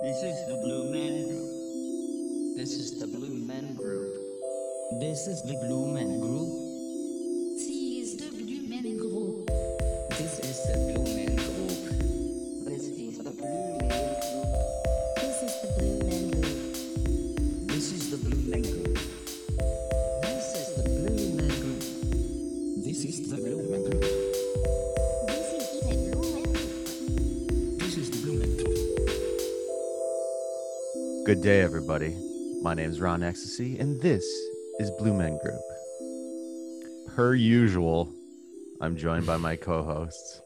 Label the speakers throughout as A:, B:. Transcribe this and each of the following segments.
A: This is the Blue Man Group. This is the Blue Man Group. This is the Blue Man Group.
B: CSW Men Group.
A: This is the Blue Man Group. This is the Blue Man Group.
B: This is the Blue Men Group.
A: This is the Blue Man Group. This is the Blue Man Group. This is the Blue Man Group.
B: This is the Blue Men Group.
A: This is the Blue Man Group.
C: Good day, everybody. My name is Ron Ecstasy, and this is Blue Men Group. Per usual, I'm joined by my co hosts,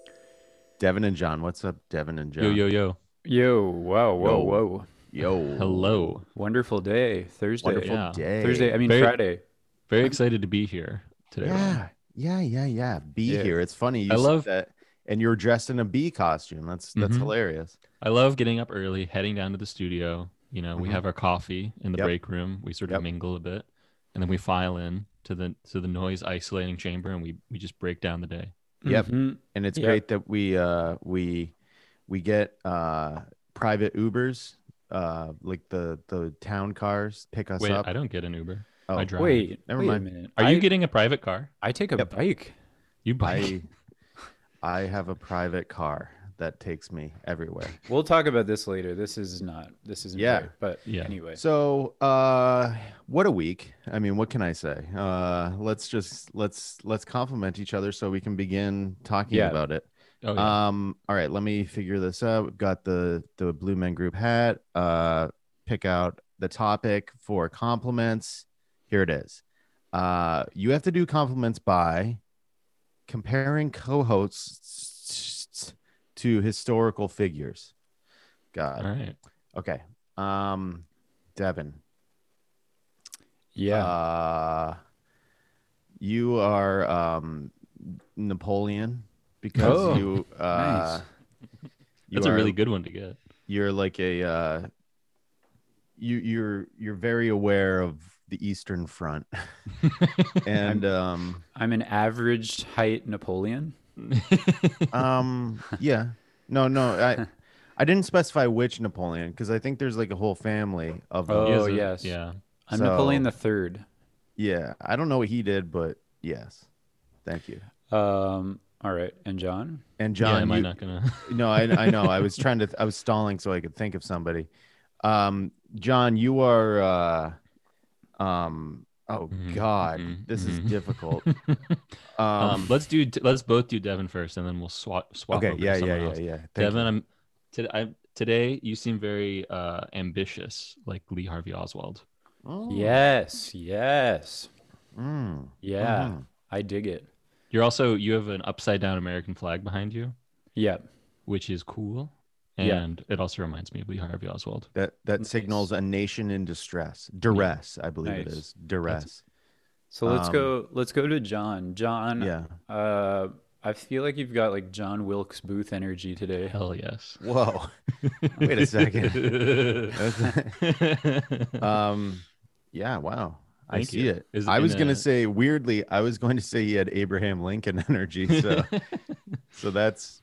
C: Devin and John. What's up, Devin and John?
D: Yo, yo, yo.
E: Yo, wow, whoa,
C: Yo.
E: whoa.
C: Yo.
D: Hello.
E: Wonderful day. Thursday.
C: Wonderful
D: Yeah.
C: day.
E: Thursday. I mean,
D: Very-
E: Friday.
D: Very excited to be here today. Ryan.
C: Yeah. Yeah. Yeah. Yeah. Bee
E: Yeah.
C: here. It's funny. You
D: I
C: said
D: love-
C: that. And you're dressed in a bee costume. That's that's
D: Mhm.
C: hilarious.
D: I love getting up early, heading down to the studio. You know, we
C: Mhm.
D: have our coffee in the
C: Yep.
D: break room. We sort of
C: Yep.
D: mingle a bit, and then we file in to the to the noise isolating chamber, and we we just break down the day.
C: Yep.
E: Mhm.
C: And it's
E: Yeah.
C: great that we uh we we get uh private Ubers, uh like the the town cars pick us
D: Wait,
C: up.
D: I don't get an Uber.
C: Oh,
D: I drive.
E: Wait,
C: Never
E: wait
C: mind.
E: a minute.
D: Are
E: I,
D: you getting a private car?
E: I take a
C: Yep.
E: bike.
D: You buy.
C: I I have a private car that takes me everywhere.
E: We'll talk about this later. This is not, this isn't
C: Yeah.
E: great, but
D: Yeah.
E: anyway.
C: So, uh what a week. I mean, what can I say? Uh let's just let's let's compliment each other so we can begin talking
E: Yeah.
C: about it.
D: Oh yeah.
C: Um all right, let me figure this out. We've got the the Blue Men Group hat. Uh pick out the topic for compliments. Here it is. Uh you have to do compliments by comparing co-hosts to historical figures. God.
D: All right.
C: Okay. Um, Devin.
E: yeah.
C: Uh, you are um Napoleon because
E: Oh,
C: you uh
E: nice.
C: you
D: That's a
C: are-
D: really good one to get.
C: you're like a uh you you're you're very aware of the Eastern Front and um
E: I'm an average height Napoleon.
C: um yeah no no I I didn't specify which Napoleon because I think there's like a whole family of them.
E: Oh,
D: He has a-
E: yes.
D: Yeah.
E: I'm
C: So-
E: Napoleon the third.
C: Yeah, I don't know what he did, but yes, thank you.
E: Um, all right. And John?
C: And
D: yeah.
C: John,
D: Am I
C: you-
D: not gonna?
C: no, I, I know. I was trying to, I was stalling so I could think of somebody. Um, John, you are, uh, um, oh
D: Mhm,
C: God,
D: mhm,
C: this
D: mhm.
C: is difficult. Um,
D: Um, let's do. Let's both do Devin first, and then we'll swap. Swap.
C: okay,
D: over to
C: yeah, yeah,
D: someone
C: yeah,
D: else.
C: yeah. Thank
D: Devin,
C: you.
D: I'm today. I, today you seem very uh, ambitious, like Lee Harvey Oswald.
C: Oh,
E: Yes. Yes.
C: mm,
E: Yeah.
C: mhm.
E: I dig it.
D: You're also you have an upside down American flag behind you,
E: Yeah.
D: which is cool,
E: Yeah.
D: and it also reminds me of Lee Harvey Oswald.
C: That that
E: Nice.
C: signals a nation in distress, duress, I believe it
E: Nice.
C: is duress.
E: So let's
C: Um,
E: go, let's go to John. John,
C: yeah.
E: Uh, I feel like you've got like John Wilkes Booth energy today.
D: Hell yes.
C: Whoa. Wait a second. That's- um yeah wow i
D: Thank
C: see
D: you.
C: it
D: Is-
C: i
D: in
C: was gonna
D: a-
C: say weirdly i was going to say he had abraham lincoln energy so so that's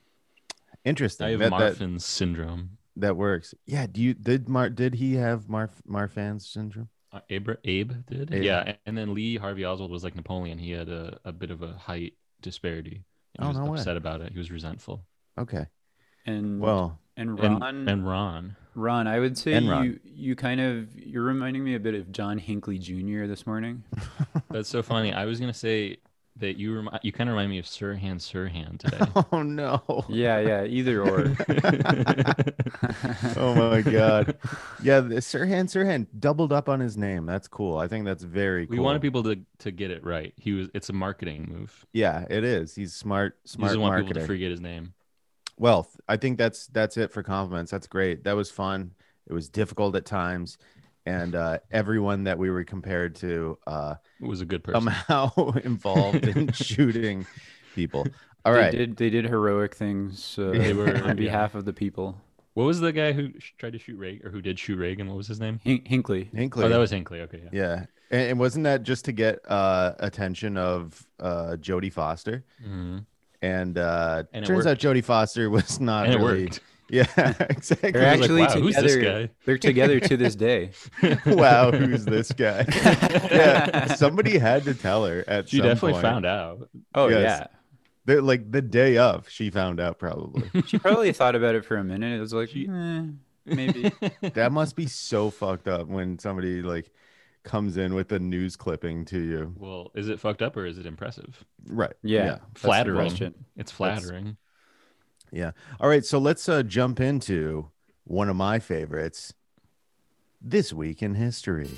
D: I
C: interesting
D: have
C: that, that
D: Marfan's syndrome.
C: that works yeah do you did Mar did he have Mar marfan's syndrome
D: Uh, Abe, Abe did.
C: Abe.
D: Yeah, and then Lee Harvey Oswald was like Napoleon. He had a, a bit of a height disparity.
C: Oh,
D: and he was
C: no way.
D: upset about it. He was resentful.
C: okay
E: And
C: well
E: and
D: And-
E: Ron,
D: and Ron.
E: Ron, I would say
C: and Ron.
E: you you kind of you're reminding me a bit of John Hinckley Jr. this morning.
D: That's so funny. I was gonna say that you remi- you kind of remind me of Sirhan Sirhan
C: oh no
E: yeah, yeah, either or.
D: today.
C: oh my god yeah the sirhan sirhan doubled up on his name that's cool i think that's very cool
D: we wanted people to to get it right. He was. It's a marketing move.
C: yeah it is he's smart
D: He
C: smart
D: doesn't want people
C: marketer.
D: to forget his name.
C: Well, th- I think that's that's it for compliments. That's great. That was fun. It was difficult at times, and uh, everyone that we were compared to uh,
D: It was a good person.
C: somehow involved in shooting people. All right,
E: They did they did heroic things uh,
D: They were- yeah.
E: on behalf of the people.
D: what was the guy who sh- tried to shoot Reagan, or who did shoot Reagan? What was his name?
E: Hin- Hinckley.
C: Hinckley.
D: Oh, that was Hinckley. Okay, yeah.
C: yeah. And, and wasn't that just to get uh, attention of uh, Jodie Foster?
D: Mhm.
C: And, uh,
D: And it
C: turns out
D: worked.
C: Jodie Foster was not
D: And it
C: really
D: worked.
C: Yeah, exactly.
E: They're actually
D: "Wow, who's this
E: together.
D: guy?"
E: They're together to this day.
C: wow, who's this guy? yeah, somebody had to tell her at
D: She
C: some
D: definitely
C: point.
D: found out.
E: Oh
C: Yes. They're like the day of, she found out probably.
E: yeah. She probably thought about it for a minute. It was like,
D: She-
E: eh, maybe.
C: that must be so fucked up when somebody like comes in with a news clipping to you.
D: Well, is it fucked up or is it impressive?
C: Right.
E: Yeah. that's the
D: Flattering.
E: question.
D: It's flattering.
C: All right, so let's uh, jump into one of my favorites this week in history.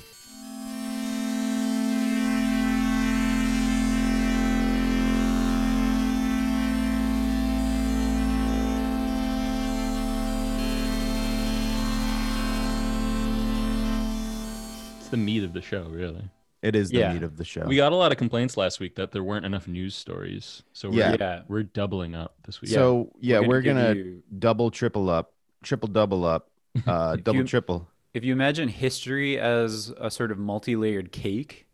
D: It's the meat of the show, really.
C: It is the
E: Yeah.
C: meat of the show.
D: We got a lot of complaints last week that there weren't enough news stories. So we're,
C: Yeah.
E: Yeah.
D: we're doubling up this week.
C: so yeah, we're
E: give
C: gonna,
E: you-
C: double, triple up, triple, double up, uh,
E: If
C: double,
E: you-
C: triple.
E: if you imagine history as a sort of multi-layered cake,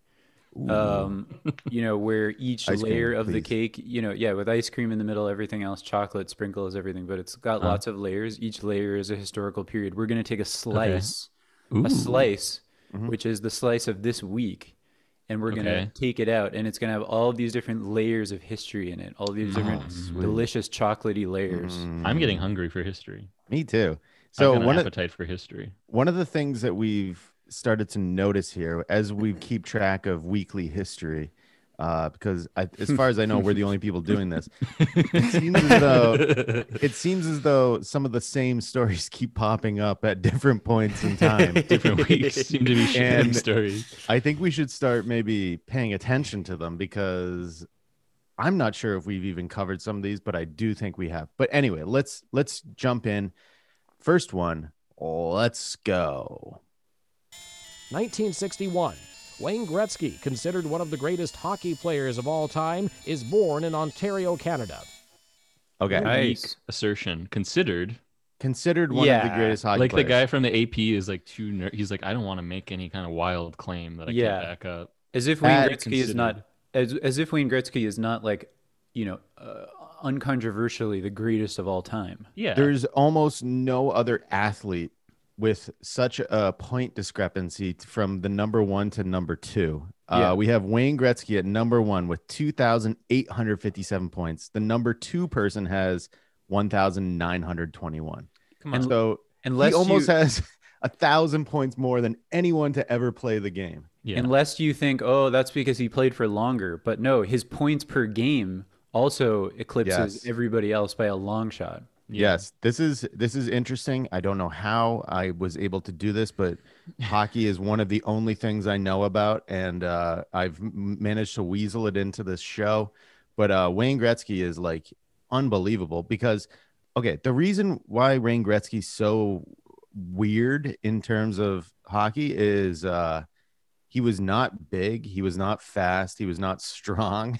E: um, you know, where each
C: Ice cream,
E: layer of the
C: please.
E: cake, you know, yeah, with ice cream in the middle, everything else, chocolate, sprinkles, everything, but it's got
C: Uh-huh.
D: Uh.
E: lots of layers. Each layer is a historical period. We're gonna take a slice,
D: Ooh.
E: a slice,
C: Mhm.
E: which is the slice of this week, and we're gonna
D: Okay.
E: take it out, and it's gonna have all these different layers of history in it, all these different
C: Mm-hmm. Ah, sweet.
E: delicious chocolatey layers.
D: I'm
C: Mm,
D: getting hungry for history.
C: me too.
D: So
C: So
D: I've got
C: one
D: an
C: of
D: appetite for history.
C: one of the things that we've started to notice here as we keep track of weekly history uh, because I, as far as i know we're the only people doing this it seems as though it seems as though some of the same stories keep popping up at different points in time
D: Different weeks seem to be sharing
C: And-
D: stories.
C: i think we should start maybe paying attention to them because i'm not sure if we've even covered some of these but i do think we have but anyway let's let's jump in first one let's go
F: 1961. Wayne Gretzky, considered one of the greatest hockey players of all time, is born in Ontario, Canada.
C: okay
E: Nice.
D: Assertion considered.
C: considered one of the
E: Yeah,
C: greatest hockey
D: like
C: players.
D: the guy from the AP is like too. Ner- he's like, I don't want to make any kind of wild claim that I
E: Yeah.
D: can't back up.
E: As if Wayne
C: That
E: Gretzky is not as as if Wayne Gretzky is not like, you know, uh, uncontroversially the greatest of all time.
D: Yeah,
C: There's almost no other athlete with such a point discrepancy t- from the number one to number two. Uh,
E: Yeah.
C: We have Wayne Gretzky at number one with 2,857 points. The number two person has 1,921.
D: come on.
C: And so
E: Unless
C: he almost
E: you,
C: has a thousand points more than anyone to ever play the game.
D: yeah,
E: unless you think, "Oh, that's because he played for longer." But no, his points per game also eclipses
C: Yes.
E: everybody else by a long shot.
D: Yeah.
C: Yes, this is this is interesting. I don't know how I was able to do this, but hockey is one of the only things I know about, and uh, I've m- managed to weasel it into this show. But uh, Wayne Gretzky is like unbelievable because, okay, the reason why Wayne Gretzky's so weird in terms of hockey is uh, he was not big, he was not fast, he was not strong,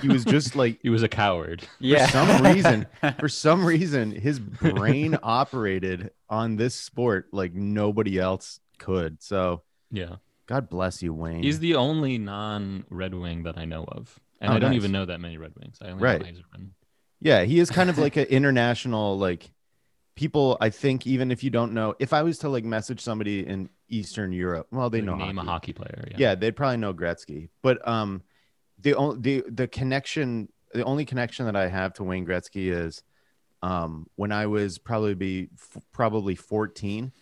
C: he was just like
D: he was a coward.
E: Yeah.
C: for some reason for some reason his brain operated on this sport like nobody else could so
D: Yeah,
C: god bless you wayne
D: he's the only non-Red Wing that I know of, and
C: Oh,
D: I don't
C: nice.
D: even know that many Red Wings. I only
C: Right.
D: know Heiserman.
C: yeah he is kind of like an international like people i think even if you don't know if i was to like message somebody in eastern europe well they
D: Like,
C: know
D: name
C: hockey.
D: a hockey player. Yeah.
C: yeah. they'd probably know Gretzky. But um, the only the the connection, the only connection that I have to Wayne Gretzky is, um, when I was probably be f- probably fourteen,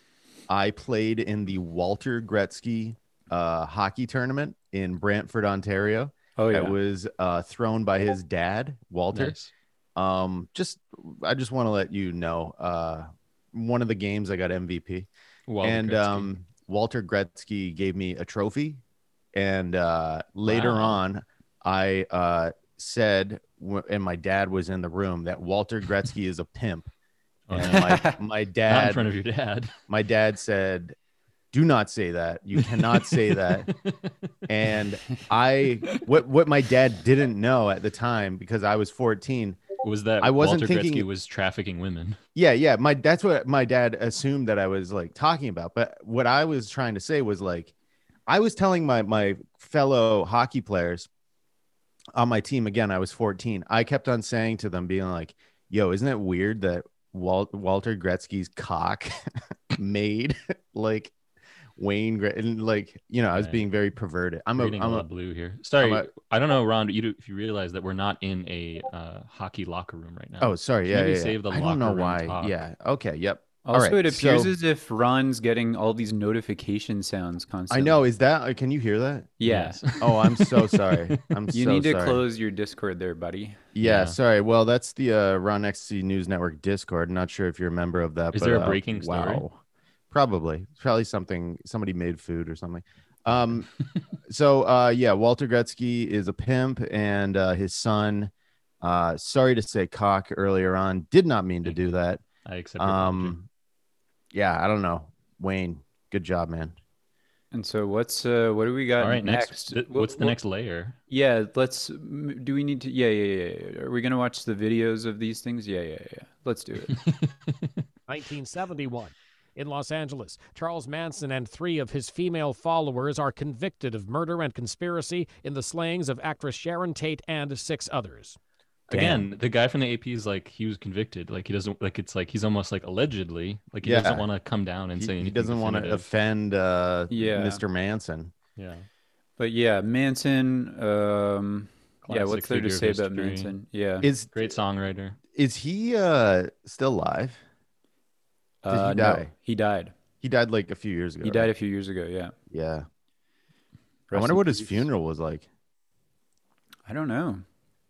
C: I played in the Walter Gretzky uh, hockey tournament in Brantford, Ontario.
E: Oh yeah.
C: It was uh, thrown by his dad, Walter
D: Nice.
C: um just i just want to let you know uh one of the games i got mvp
D: Walter
C: and
D: Gretzky.
C: um walter gretzky gave me a trophy and uh later
D: Wow.
C: on i uh said wh- and my dad was in the room that walter gretzky is a pimp
D: Oh,
C: and
D: no.
C: my, my
D: Not in
C: dad
D: front of your dad.
C: my dad said do not say that you cannot say that and i what what my dad didn't know at the time because i was 14
D: was that
C: I wasn't
D: Walter
C: thinking-
D: Gretzky was trafficking women.
C: Yeah, yeah. My that's what my dad assumed that I was like talking about. But what I was trying to say was like I was telling my my fellow hockey players on my team again, I was 14. I kept on saying to them, being like, yo, isn't it weird that Wal- Walter Gretzky's cock made like Wayne Gre- and like you know I was
D: Right.
C: being very perverted. I'm a,
D: reading a,
C: I'm
D: lot
C: a
D: of blue here. Sorry,
C: a-
D: I don't know, Ron. You do, if you realize that we're not in a uh, hockey locker room right now.
C: oh sorry
D: Can
C: yeah,
D: maybe
C: yeah, yeah.
D: save the
C: I don't know
D: locker room
C: why
D: talk.
C: yeah okay yep All
E: Also,
C: right,
E: it appears
C: so-
E: as if Ron's getting all these notification sounds
C: I
E: constantly.
C: know is that uh, can you hear that
E: Yeah.
C: oh I'm so sorry I'm
E: You
C: so
E: need to
C: sorry.
E: close your Discord there, buddy.
C: yeah,
D: Yeah.
C: sorry well that's the uh, Ron XC News Network Discord not sure if you're a member of that
D: Is
C: but,
D: there a
C: uh,
D: breaking story?
C: wow probably probably something somebody made food or something um so uh yeah walter gretzky is a pimp and uh his son uh sorry to say cock earlier on did not mean to do that
D: I accept. your apology.
C: um yeah i don't know wayne good job man
E: And so, what's uh, what do we got
D: all right, next.
E: next?
D: th-
E: Wha-
D: what's the
E: wha-
D: next layer?
E: Yeah, let's. m- Do we need to? Yeah, yeah, yeah, yeah. Are we gonna watch the videos of these things? Yeah, yeah, yeah. Let's do it.
F: 1971. In Los Angeles, Charles Manson and three of his female followers are convicted of murder and conspiracy in the slayings of actress Sharon Tate and six others.
D: Again, the guy from the AP is like he was convicted. Like he doesn't like it's like he's almost like allegedly like he
C: Yeah.
D: doesn't want to come down and
C: he,
D: say
C: he
D: anything.
C: doesn't want to
D: definitive.
C: offend uh
E: Yeah.
C: mr manson
D: Yeah.
E: but yeah, Manson. Um, yeah,
D: Classic
E: what's there to
D: figure of
E: say about
D: history.
E: Manson? Yeah,
C: is
D: Great songwriter.
C: is he uh still alive he
E: uh, no,
C: die?
E: he died.
C: he died like a few years ago
E: He died a
C: right?
E: few years ago. Yeah.
C: yeah i
E: Rest
C: wonder
E: in
C: what his
E: peace.
C: funeral was like
E: I don't know.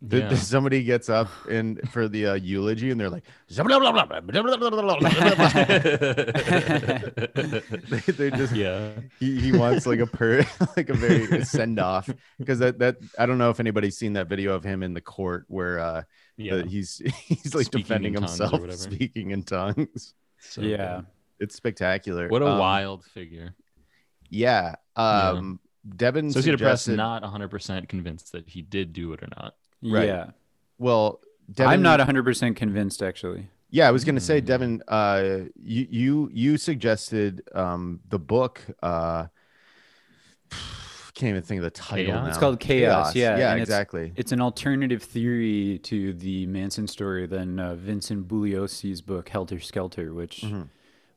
C: Th-
D: Yeah.
C: th- somebody gets up and for the uh, eulogy, and they're like, "Blah, blah, blah, blah, blah, blah, blah, blah, blah, blah." They- they're just
D: yeah.
C: he, he wants like a per like a very send off because that that I don't know if anybody's seen that video of him in the court where uh
D: Yeah.
C: the- he's he's like
D: Speaking
C: defending
D: in tongues or
C: himself
D: whatever.
C: speaking in tongues.
D: So
E: yeah.
C: It's spectacular.
D: good. What a
C: Um,
D: wild figure.
C: Yeah. Um, Devin
D: Associated Press
C: suggested.
D: not 100% convinced that he did do it or not.
C: Right.
E: Yeah.
C: well, Devin,
E: I'm not 100% convinced, actually.
C: Yeah, I was gonna say,
D: Mm.
C: Devin, uh, you you you suggested um, the book. Uh, can't even think of the title.
D: Chaos?
E: It's
C: now.
E: called Chaos, yeah,
C: Um, yeah,
E: and it's-
C: exactly.
E: It's an alternative theory to the Manson story than uh, Vincent Bugliosi's book, Helter Skelter, which
C: Mhm.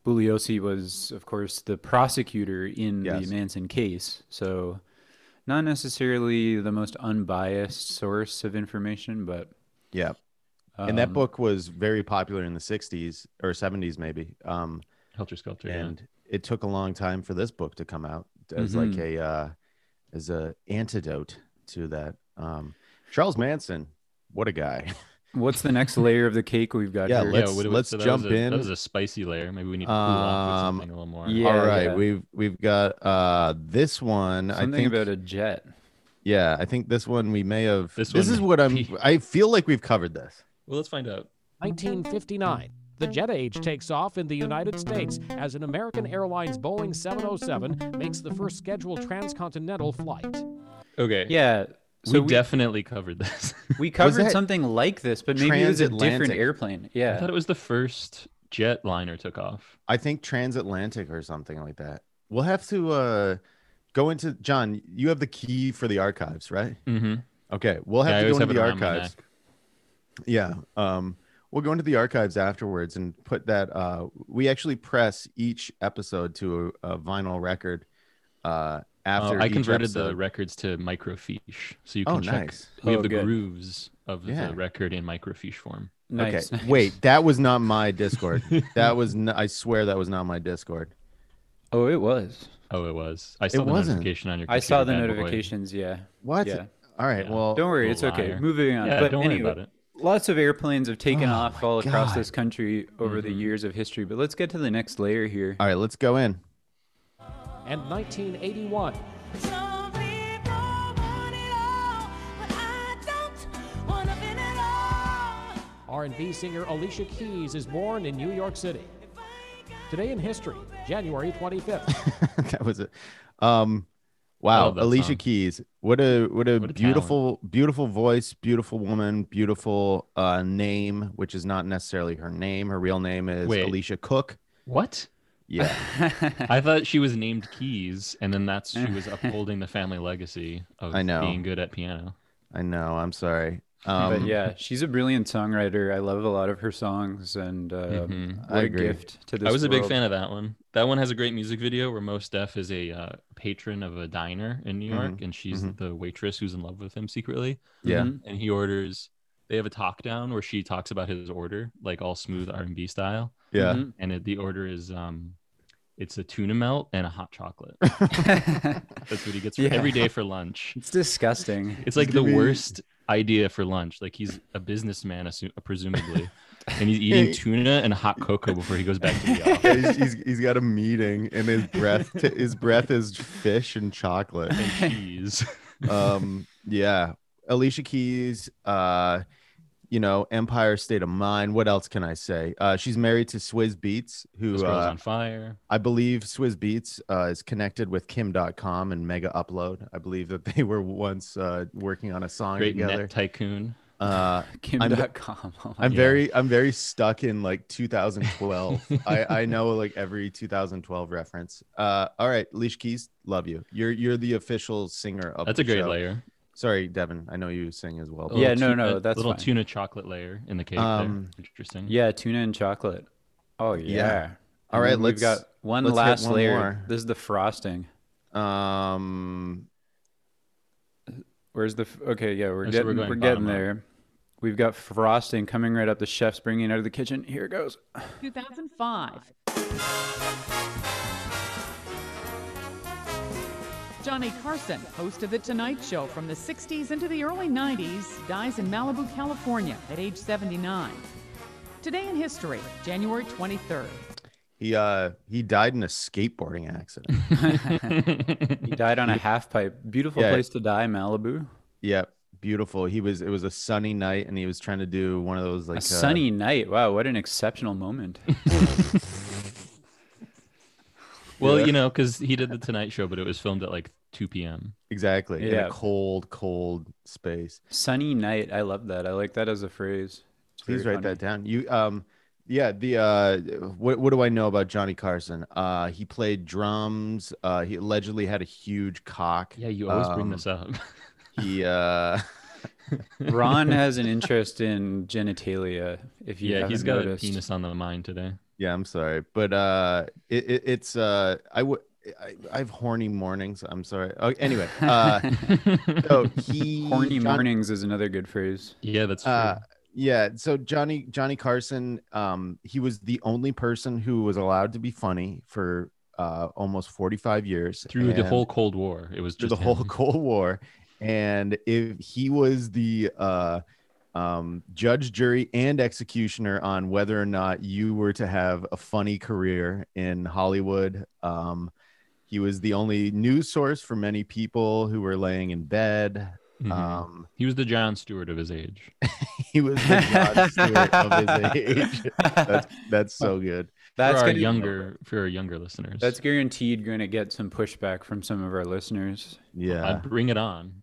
E: Bugliosi was, of course, the prosecutor in
C: Yes.
E: the Manson case. So, not necessarily the most unbiased source of information, but.
C: Yeah, and that
E: um,
C: book was very popular in the '60s or '70s, maybe. Um,
D: Helter Skelter. yeah.
C: and it took a long time for this book to come out as like
E: Mm-hmm.
C: a uh, as a antidote to that. Um, Charles Manson, what a guy!
E: What's the next layer of the cake we've got
C: Yeah,
E: here?
D: Yeah,
C: let's-
D: what- what-
C: let's
D: so that
C: jump
D: was a,
C: in.
D: That was a spicy layer. Maybe we need to cool off
C: Um,
D: with something a little more.
E: yeah.
C: All right,
E: yeah.
C: we've we've got uh, this one.
E: Something
C: I think
E: about a jet.
C: Yeah, I think this one we may have. This,
D: This
C: is
D: one-
C: what I'm. I feel like we've covered this.
D: Well, let's find out.
F: 1959. The jet age takes off in the United States as an American Airlines Boeing 707 makes the first scheduled transcontinental flight.
D: Okay.
E: Yeah.
D: we,
E: So we,
D: definitely covered this.
E: we covered
C: that
E: something like this, but maybe it was a different
C: transatlantic?
E: airplane.
D: I thought
E: Yeah.
D: it was the first jet liner took off.
C: I think transatlantic or something like that. We'll have to uh, go into John. You have the key for the archives, right?
D: Mm-hmm.
C: Okay, we'll
D: Yeah, I
C: have to
D: always
C: go into the
D: have it around my
C: archives.
D: neck.
C: Yeah, um, we'll go into the archives afterwards and put that. Uh, we actually press each episode to a, a vinyl record. Uh,
D: Uh,
C: after
D: I
C: each
D: converted the
C: episode.
D: records to microfiche, so you
C: Oh,
D: can check.
C: nice.
D: We
E: Oh,
D: have the
E: good.
D: grooves of
C: Yeah.
D: the record in microfiche form.
E: Nice.
C: Okay, wait, that was not my Discord. that was n- I swear that was not my Discord.
E: Oh, it was.
D: Oh, it was. I saw the
C: wasn't.
D: notification on your.
E: I saw
D: computer, bad
E: the
D: boy.
E: notifications. Yeah.
C: What?
E: Yeah.
C: All right.
D: Yeah.
C: Well,
E: Don't worry,
D: Little
E: it's okay.
D: liar.
E: Moving on.
D: Yeah,
E: but
D: don't worry
E: anyway,
D: about it.
E: Lots of airplanes have taken
C: Oh,
E: off
C: my
E: all across
C: God.
E: this country over the years of history. But let's get to the next layer here.
C: All right, let's go in.
F: And 1981.
G: Some people want it all, but I don't want to win it all.
F: R&B singer Alicia Keys is born in New York City. Today in history, January 25th.
C: that was it. Um,
D: I
C: wow,
D: love that
C: Alicia
D: song.
C: Keys. What a what a
D: What a
C: beautiful beautiful voice, beautiful woman, beautiful uh, name, which is not necessarily her name. Her real name is
D: Wait.
C: Alicia Cook.
D: What?
C: Yeah.
D: I thought she was named Keys, and then that's she was upholding the family legacy of
C: I know.
D: being good at piano.
C: I know. I'm sorry. Um,
E: but yeah, she's a brilliant songwriter. I love a lot of her songs, and uh,
D: Mhm.
E: what
C: I
E: a
C: agree.
E: gift to this.
D: I was a big
E: world.
D: fan of that one. That one has a great music video where Most Def is a uh, patron of a diner in New York, and she's
C: mhm.
D: the waitress who's in love with him secretly.
C: yeah.
E: Mhm.
D: And he orders. They have a talk down where she talks about his order, like all smooth R and B style.
C: Yeah.
E: Mhm.
D: And it, the order is, um, it's a tuna melt and a hot chocolate. That's what he gets for
E: Yeah.
D: every day for lunch.
E: it's disgusting.
D: It's like the
C: Give me-
D: worst idea for lunch. Like he's a businessman, assu- presumably, and he's eating tuna and hot cocoa before he goes back to the office.
C: he's, he's, he's got a meeting and his breath t- his breath is fish and chocolate
D: And cheese.
C: um yeah alicia keys uh you know empire state of mind what else can i say uh she's married to swizz beats
D: This
C: who
D: girl's
C: uh,
D: on fire.
C: i believe swizz beats uh, is connected with kim.com and mega upload i believe that they were once uh working on a song
D: Great
C: together
D: net tycoon.
C: uh I'm-
E: Kim.com. Oh my
C: i'm
E: God.
C: very i'm very stuck in like 2012 i i know like every 2012 reference uh all right leash keys love you you're you're the official singer of
D: That's
C: the
D: a great
C: show.
D: layer. Oh,
C: sorry devin i know you sing as well
D: A
C: but-
E: Yeah,
D: little
E: no,
D: tu-
E: no,
D: a
E: that's
D: little
E: fine.
D: tuna chocolate layer in the cake.
C: Um,
D: there. Interesting.
E: Yeah, tuna and chocolate. Oh yeah.
C: All
E: And
C: right,
E: then
C: let's-
E: we've got one
C: let's hit
E: last
C: one
E: layer.
C: more.
E: This is the frosting.
C: Um,
E: Where's the f- okay? Yeah, we're
D: Oh, so
E: getting
D: we're
E: we're,
D: going
E: getting
D: bottom up.
E: there. We've got frosting coming right up. The chef's bringing it out of the kitchen. Here it goes.
H: 2005. Johnny Carson, host of The Tonight Show from the 60s into the early 90s, dies in Malibu, California at age 79. Today in history, January 23rd.
C: he uh he died in a skateboarding accident.
E: He died on a half pipe. Beautiful
C: Yeah.
E: place to die, Malibu.
C: yeah, beautiful. He was it was a sunny night and he was trying to do one of those like
E: A
C: uh,
E: sunny night. Wow, what an exceptional moment.
D: Well, you know, because he did the Tonight Show, but it was filmed at like 2 p.m.
C: exactly in
E: Yeah.
C: a cold cold space.
E: sunny night. I love that. I like that as a phrase. It's
C: Please
E: very
C: write
E: funny.
C: that down. You um yeah, the uh what what do I know about Johnny Carson? Uh he played drums, uh he allegedly had a huge cock.
D: Yeah, you always bring
C: Um,
D: this up.
C: He uh
E: Ron has an interest in genitalia. If you
D: yeah, he's
E: haven't
D: got
E: noticed.
D: a penis on the mind today.
C: Yeah, I'm sorry, but uh, it, it, it's uh, I would. I, I have horny mornings. I'm sorry. Oh, anyway, uh, so he
E: Horny
C: John-
E: mornings is another good phrase.
D: Yeah, that's true.
C: Uh, yeah. So Johnny Johnny Carson, um, he was the only person who was allowed to be funny for uh, almost 45 years
D: through the
C: and-
D: whole Cold War, it was
C: through
D: just
C: the whole
D: him.
C: Cold War, and if he was the uh, um, judge, jury, and executioner on whether or not you were to have a funny career in Hollywood. Um, he was the only news source for many people who were laying in bed.
D: Mhm.
C: Um,
D: he was the John Stewart of his age.
C: he was the Rod Stewart of his age. That's, that's so good.
E: That's
D: for our
E: gonna-
D: younger, for our younger listeners.
E: That's guaranteed going to get some pushback from some of our listeners.
D: I
C: Yeah,
D: bring it on.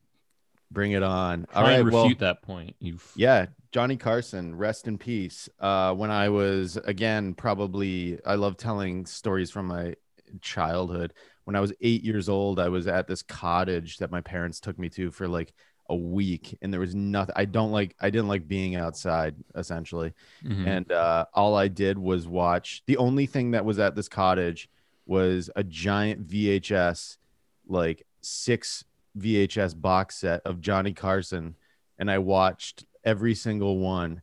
C: bring it on.
D: Try
C: All right,
D: and refute
C: well,
D: that point. You f-
C: Yeah, Johnny Carson, rest in peace. Uh, when I was again, probably, I love telling stories from my childhood. When I was eight years old, I was at this cottage that my parents took me to for like a week, and there was nothing. I don't like. I didn't like being outside, essentially
D: Mhm.
C: and uh, all I did was watch. The only thing that was at this cottage was a giant VHS, like six VHS box set of Johnny Carson, and I watched every single one,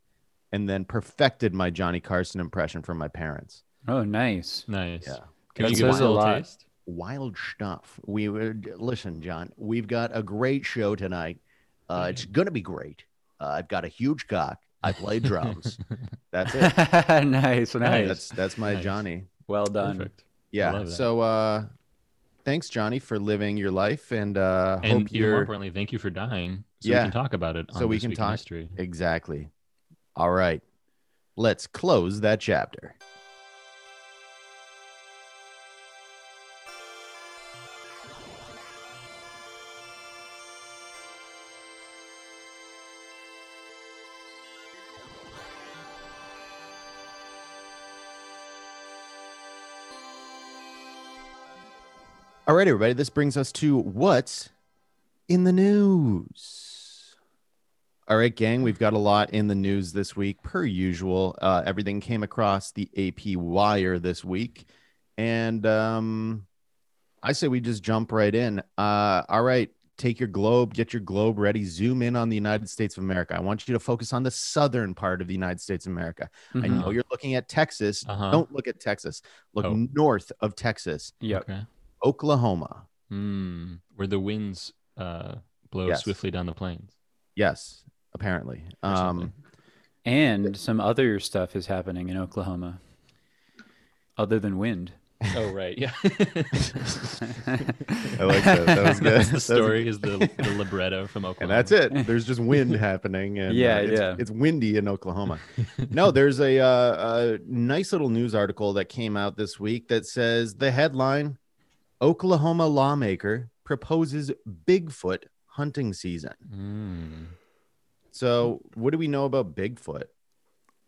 C: and then perfected my Johnny Carson impression from my parents.
E: Oh, nice.
D: nice.
C: Yeah.
D: Can
E: That
D: you give
E: says
D: us a
E: a
D: little
E: lot.
D: taste?
C: Wild stuff. We would listen, John. We've got a great show tonight. Uh, it's gonna be great. Uh, I've got a huge cock. I play drums. That's it.
E: nice, nice.
C: That's that's my
D: Nice.
C: Johnny.
E: well done.
D: Perfect.
C: yeah
D: love that.
C: so uh thanks johnny for living your life and uh
D: And
C: hope
D: you're, more
C: you're
D: importantly, thank you for dying. So
C: Yeah.
D: we can talk about it.
C: So
D: on
C: we
D: This
C: can
D: Week in
C: talk-
D: History.
C: exactly all right let's close that chapter all right everybody this brings us to what's in the news All right, gang, we've got a lot in the news this week, per usual. Uh, everything came across the AP wire this week. And um, I say we just jump right in. Uh, all right, take your globe, get your globe ready, zoom in on the United States of America. I want you to focus on the southern part of the United States of America. I
E: Mhm.
C: know you're looking at Texas.
D: Mm-hmm. Uh-huh.
C: Don't look at Texas, look
D: Oh.
C: north of Texas,
E: Yep.
D: Okay.
C: Oklahoma.
D: Hmm. Where the winds uh, blow
C: Yes.
D: swiftly down the plains.
C: Yes, apparently.
D: or something.
C: Um,
E: And some other stuff is happening in Oklahoma other than wind.
D: oh right, yeah.
C: I like that. That was good. That
D: That's the
C: was
D: story is the, the libretto from
C: and
D: Oklahoma.
C: that's it. There's just wind happening, and uh,
E: Yeah,
C: it's,
E: yeah.
C: it's windy in Oklahoma. no, there's a, uh, a nice little news article that came out this week that says the headline: Oklahoma lawmaker proposes Bigfoot hunting season.
D: Hmm.
C: So, what do we know about Bigfoot?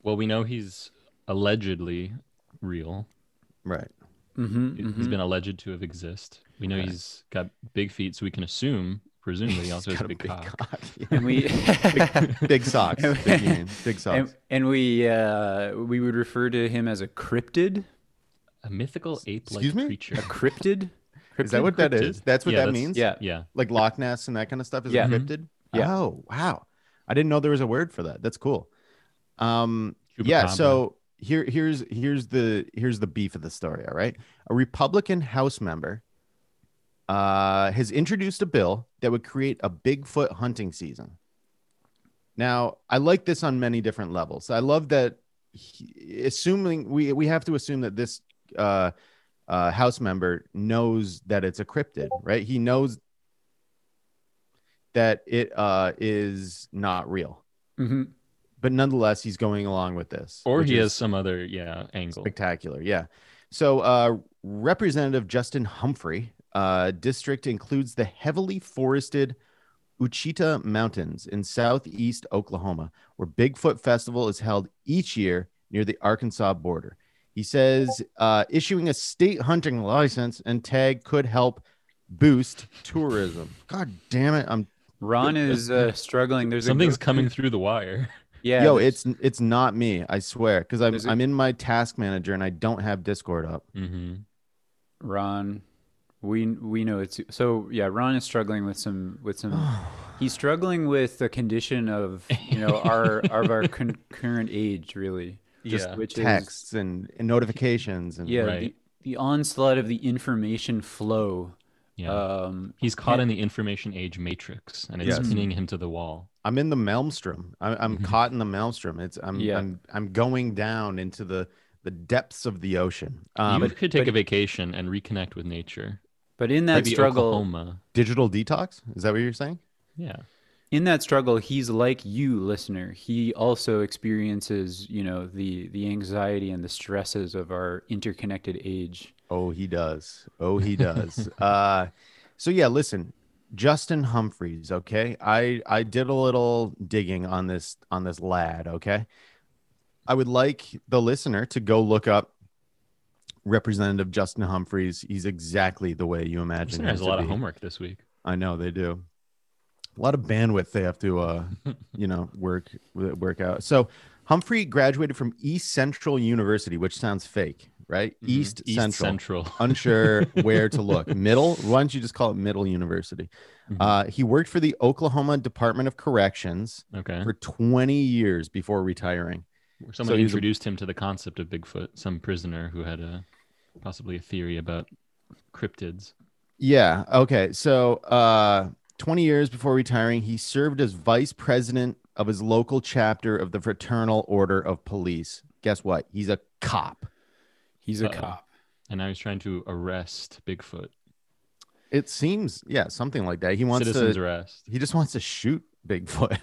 D: Well, we know he's allegedly real.
C: Right.
D: He-
E: Mhm,
D: He's
C: Mm-hmm.
E: mhm.
D: been alleged to have exist. We know he's got big feet, so we can assume, presumably, he also has a big, cock.
E: and we
C: big, big socks.
E: And-
C: Big, man, big socks.
E: and, and we uh, we would refer to him as a cryptid.
D: A mythical ape-like
C: Excuse me?
D: creature.
E: A cryptid.
C: is that what that is?
D: cryptid.
C: That's what
D: Yeah,
C: that
D: that's-
C: means.
E: Yeah.
D: yeah.
C: Like Loch Ness and that kind of stuff is
E: Yeah.
C: encrypted.
E: Yeah.
C: Oh wow, I didn't know there was a word for that. That's cool. Um, yeah.
D: Chupacabra.
C: So here, here's here's the here's the beef of the story. All right, a Republican House member uh, has introduced a bill that would create a Bigfoot hunting season. Now, I like this on many different levels. I love that. He, assuming we we have to assume that this uh, uh, House member knows that it's a cryptid, right? He knows that it uh, is not real,
E: hmm
C: but nonetheless, he's going along with this.
D: Or
C: which
D: he
C: is
D: has some other yeah angle.
C: spectacular. Yeah. So, uh, Representative Justin Humphrey uh, district includes the heavily forested Uchita Mountains in southeast Oklahoma, where Bigfoot Festival is held each year near the Arkansas border. He says uh, issuing a state hunting license and tag could help boost tourism. God damn it! I'm
E: Ron is uh, struggling. There's
D: Something's
E: a,
D: coming through the wire.
E: Yeah.
C: yo,
E: there's-
C: it's it's not me. I swear, because I'm
E: Is it-
C: I'm in my task manager and I don't have Discord up.
E: Mm.
D: hmm
E: Ron. We we know it's so yeah. Ron is struggling with some with some. he's struggling with the condition of you know our of our con- current age really. Just
D: Yeah.
E: Which is
C: texts and, and notifications and
E: yeah
D: Right.
E: the, the onslaught of the information flow.
D: Yeah.
E: Um,
D: Uh, he's caught in the information age matrix, and it's
C: Yes.
D: pinning him to the wall.
C: I'm in the maelstrom. I, I'm caught in the maelstrom. It's I'm
E: Mm-hmm. Yeah.
C: I'm I'm going down into the the depths of the ocean. Um,
D: you could take a vacation and reconnect with nature.
E: but in that
D: Maybe
E: struggle,
D: Oklahoma.
C: digital detox. Is that what you're saying?
D: Yeah.
E: in that struggle he's like you listener he also experiences you know the the anxiety and the stresses of our interconnected age
C: Oh, he does. Oh, he does. uh, so yeah, listen, Justin Humphreys. Okay, I I did a little digging on this on this lad. Okay, I would like the listener to go look up Representative Justin Humphreys. He's exactly the way you imagine.
D: Listener
C: him
D: has a
C: to
D: lot of
C: be.
D: homework this week.
C: I know they do. A lot of bandwidth they have to, uh, you know, work work out. So Humphrey graduated from East Central University, which sounds fake, right? East,
D: Mm-hmm. East
C: Central.
D: Central.
C: Unsure where to look. Middle. Why don't you just call it Middle University?
D: Mm-hmm.
C: Uh, he worked for the Oklahoma Department of Corrections
D: Okay.
C: for 20 years before retiring.
D: Someone
C: he's a-
D: introduced him to the concept of Bigfoot, some prisoner who had a possibly a theory about cryptids.
C: Yeah. Okay. So, uh, 20 years before retiring, he served as vice president of his local chapter of the Fraternal Order of Police. Guess what? He's a cop.
E: he's a
D: Uh-oh.
E: cop
D: And now he's trying to arrest Bigfoot.
C: It seems, yeah, something like that. He wants
D: Citizens
C: to,
D: arrest.
C: he just wants to shoot Bigfoot.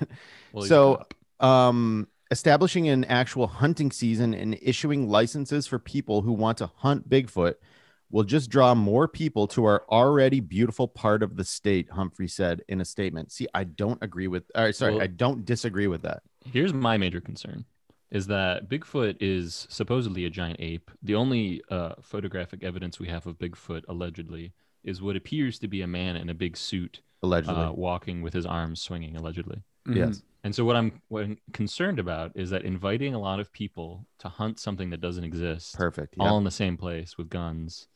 D: Well, he's a
C: so,
D: cop.
C: um, establishing an actual hunting season and issuing licenses for people who want to hunt Bigfoot will just draw more people to our already beautiful part of the state, Humphrey said in a statement. See, I don't agree with, or, sorry,
D: Well-
C: I don't disagree with that.
D: Here's my major concern is that Bigfoot is supposedly a giant ape. The only uh, photographic evidence we have of Bigfoot, allegedly, is what appears to be a man in a big suit
C: Allegedly,
D: uh, walking with his arms swinging, allegedly.
C: Yes.
D: And so what I'm what I'm concerned about is that inviting a lot of people to hunt something that doesn't exist,
C: Perfect. Yep.
D: all in the same place with guns,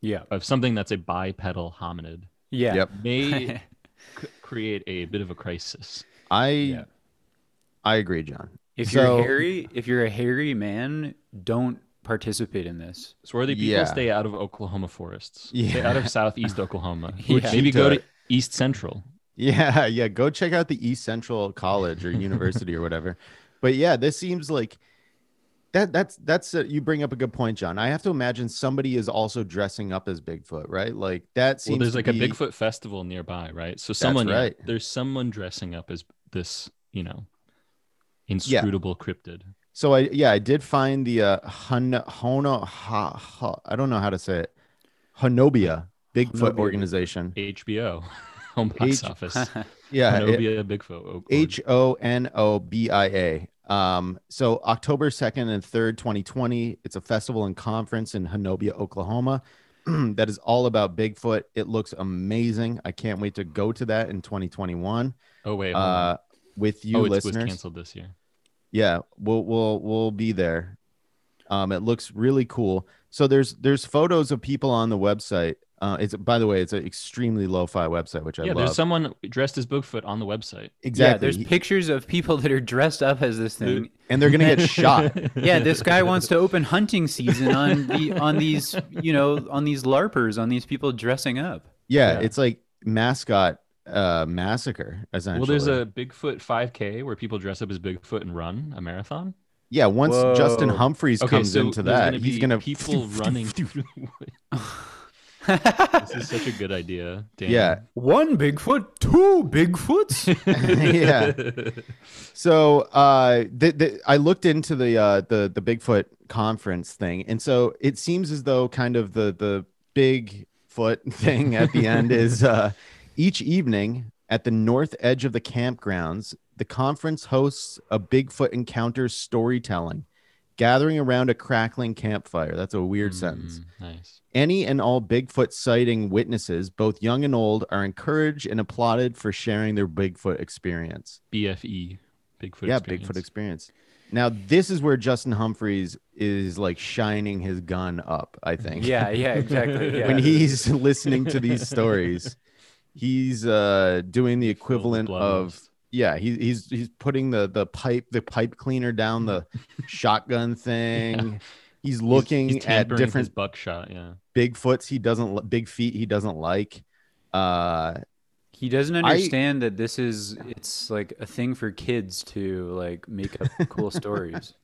E: Yeah.
D: of something that's a bipedal hominid,
E: mm-hmm. Yeah.
C: Yep.
D: may c- create a bit of a crisis.
C: I
E: Yeah.
C: I agree, John.
E: If
C: So-
E: you're hairy, if you're a hairy man, don't participate in this.
D: Swarthy people
C: Yeah.
D: stay out of Oklahoma forests. Stay
C: Yeah.
D: out of southeast Oklahoma.
E: Which
D: Maybe
C: he
D: go to
C: does.
D: east central.
C: Yeah, yeah. Go check out the East Central College or University or whatever. But yeah, this seems like that. That's that's a, you bring up a good point, John. I have to imagine somebody is also dressing up as Bigfoot, right? Like that seems.
D: Well, there's
C: to
D: like
C: be-
D: a Bigfoot festival nearby, right? So someone yeah,
C: right.
D: there's someone dressing up as this, you know, inscrutable cryptid.
C: So I yeah, I did find the uh, Hun Hono ha, ha, I don't know how to say it. Hanobia Bigfoot
E: Hanobia.
C: organization.
D: HBO, home box
C: H-
D: office.
C: Yeah, it-
D: Hanobia Bigfoot. oh, O-
C: H O N O B I A. Um, so October 2nd and 3rd, 2020, it's a festival and conference in Hanobia, Oklahoma. that is all about Bigfoot. It looks amazing. I can't wait to go to that in 2021
D: oh wait, hold on.
C: uh, with you
D: oh, it's, was
C: listeners.
D: canceled this year.
C: Yeah, we'll we'll we'll be there. Um, it looks really cool. So there's there's photos of people on the website. Uh, it's by the way, it's an extremely lo-fi website, which I
D: yeah,
C: love.
D: there's someone dressed as Bigfoot on the website.
E: Yeah,
C: exactly,
E: there's pictures of people that are dressed up as this thing.
C: and they're gonna get shot.
E: yeah, this guy wants to open hunting season on the on these you know on these larpers on these people dressing up.
C: Yeah,
D: Yeah.
C: it's like mascot uh massacre essentially.
D: Well, there's a Bigfoot 5K where people dress up as Bigfoot and run a marathon.
C: yeah. Once Justin
E: Whoa.
C: Humphreys
D: Okay,
C: comes
D: so
C: into
D: there's
C: that,
D: gonna
C: he's
D: be
C: gonna
D: people running through the woods. this is such a good idea, Dan. Mm,
C: Yeah,
E: One Bigfoot, two Bigfoots.
C: yeah. So uh, th- th- I looked into the uh, the the Bigfoot conference thing, and so it seems as though kind of the the Bigfoot thing at the end is uh, each evening at the north edge of the campgrounds, the conference hosts a Bigfoot encounter storytelling, gathering around a crackling campfire. That's a weird sentence.
D: Mm, nice.
C: Any and all Bigfoot sighting witnesses, both young and old, are encouraged and applauded for sharing their Bigfoot experience
D: BFE, E, Bigfoot.
C: yeah,
D: experience.
C: Bigfoot experience. Now this is where Justin Humphreys is like shining his gun up. I think.
E: yeah, yeah, exactly. Yeah.
C: when he's listening to these stories, he's uh, doing the equivalent
D: blood
C: of
D: lust.
C: yeah. He, he's he's putting the the pipe the pipe cleaner down the shotgun thing. He's
D: He's-
C: looking
D: he's
C: at
D: tampering his
C: different
D: buckshot. Yeah.
C: Bigfoots he doesn't li- big feet he doesn't like. Uh,
E: he doesn't
C: I-
E: understand that this is it's like a thing for kids to like make up cool stories.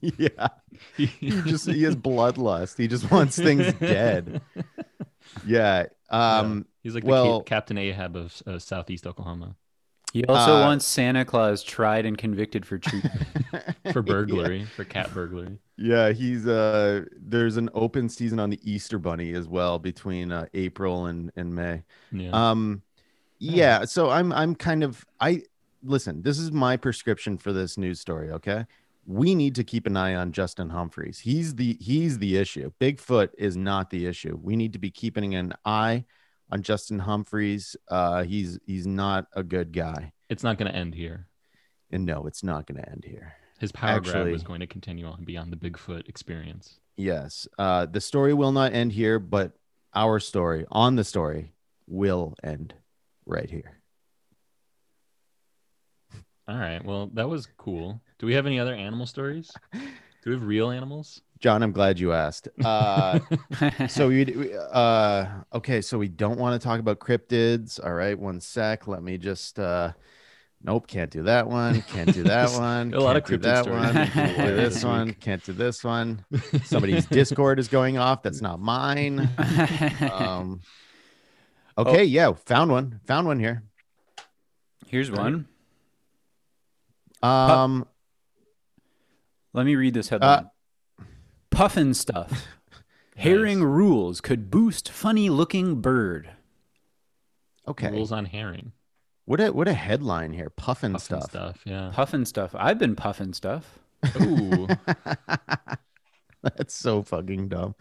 C: yeah. he just he has bloodlust. He just wants things dead. Yeah. Um
D: He's like the
C: well-
D: Cap- Captain Ahab of uh, Southeast Oklahoma
E: He also
C: Uh,
E: wants Santa Claus tried and convicted for treason.
D: for burglary, for cat burglary.
C: yeah, he's uh there's an open season on the Easter bunny as well between uh, April and and May.
D: Yeah.
C: Um yeah, so I'm I'm kind of I listen, this is my prescription for this news story, okay? We need to keep an eye on Justin Humphreys. He's the he's the issue. Bigfoot is not the issue. We need to be keeping an eye on Justin Humphreys. Uh he's he's not a good guy.
D: it's not going to end here.
C: And no, it's not going to end here.
D: His power grab was
C: Actually-
D: going to continue on beyond the Bigfoot experience.
C: Yes. Uh, the story will not end here, but our story on the story will end right here.
D: All right. Well, that was cool. Do we have any other animal stories? Do we have real animals?
C: John, I'm glad you asked. Uh, so we, we- uh, okay. So we don't want to talk about cryptids. All right. One sec. Let me just, uh, nope. Can't do that one. Can't do that one.
D: A lot
C: can't
D: of
C: do
D: cryptid
C: that
D: stories.
C: one. Can't do
D: This
C: this one.
D: week.
C: Can't do this one. Somebody's discord is going off. That's not mine. Um,
D: Oh.
C: okay. Yeah. Found one. Found one here.
E: Here's one.
C: Um,
E: Let me read this headline. Puffin stuff. Herring rules could boost funny looking bird.
C: Okay.
D: Rules on herring.
C: What a what a headline here. Puffin,
D: Puffin
C: stuff.
D: stuff. Yeah.
E: Puffin stuff. I've been puffin stuff.
D: Ooh.
C: That's so fucking dumb.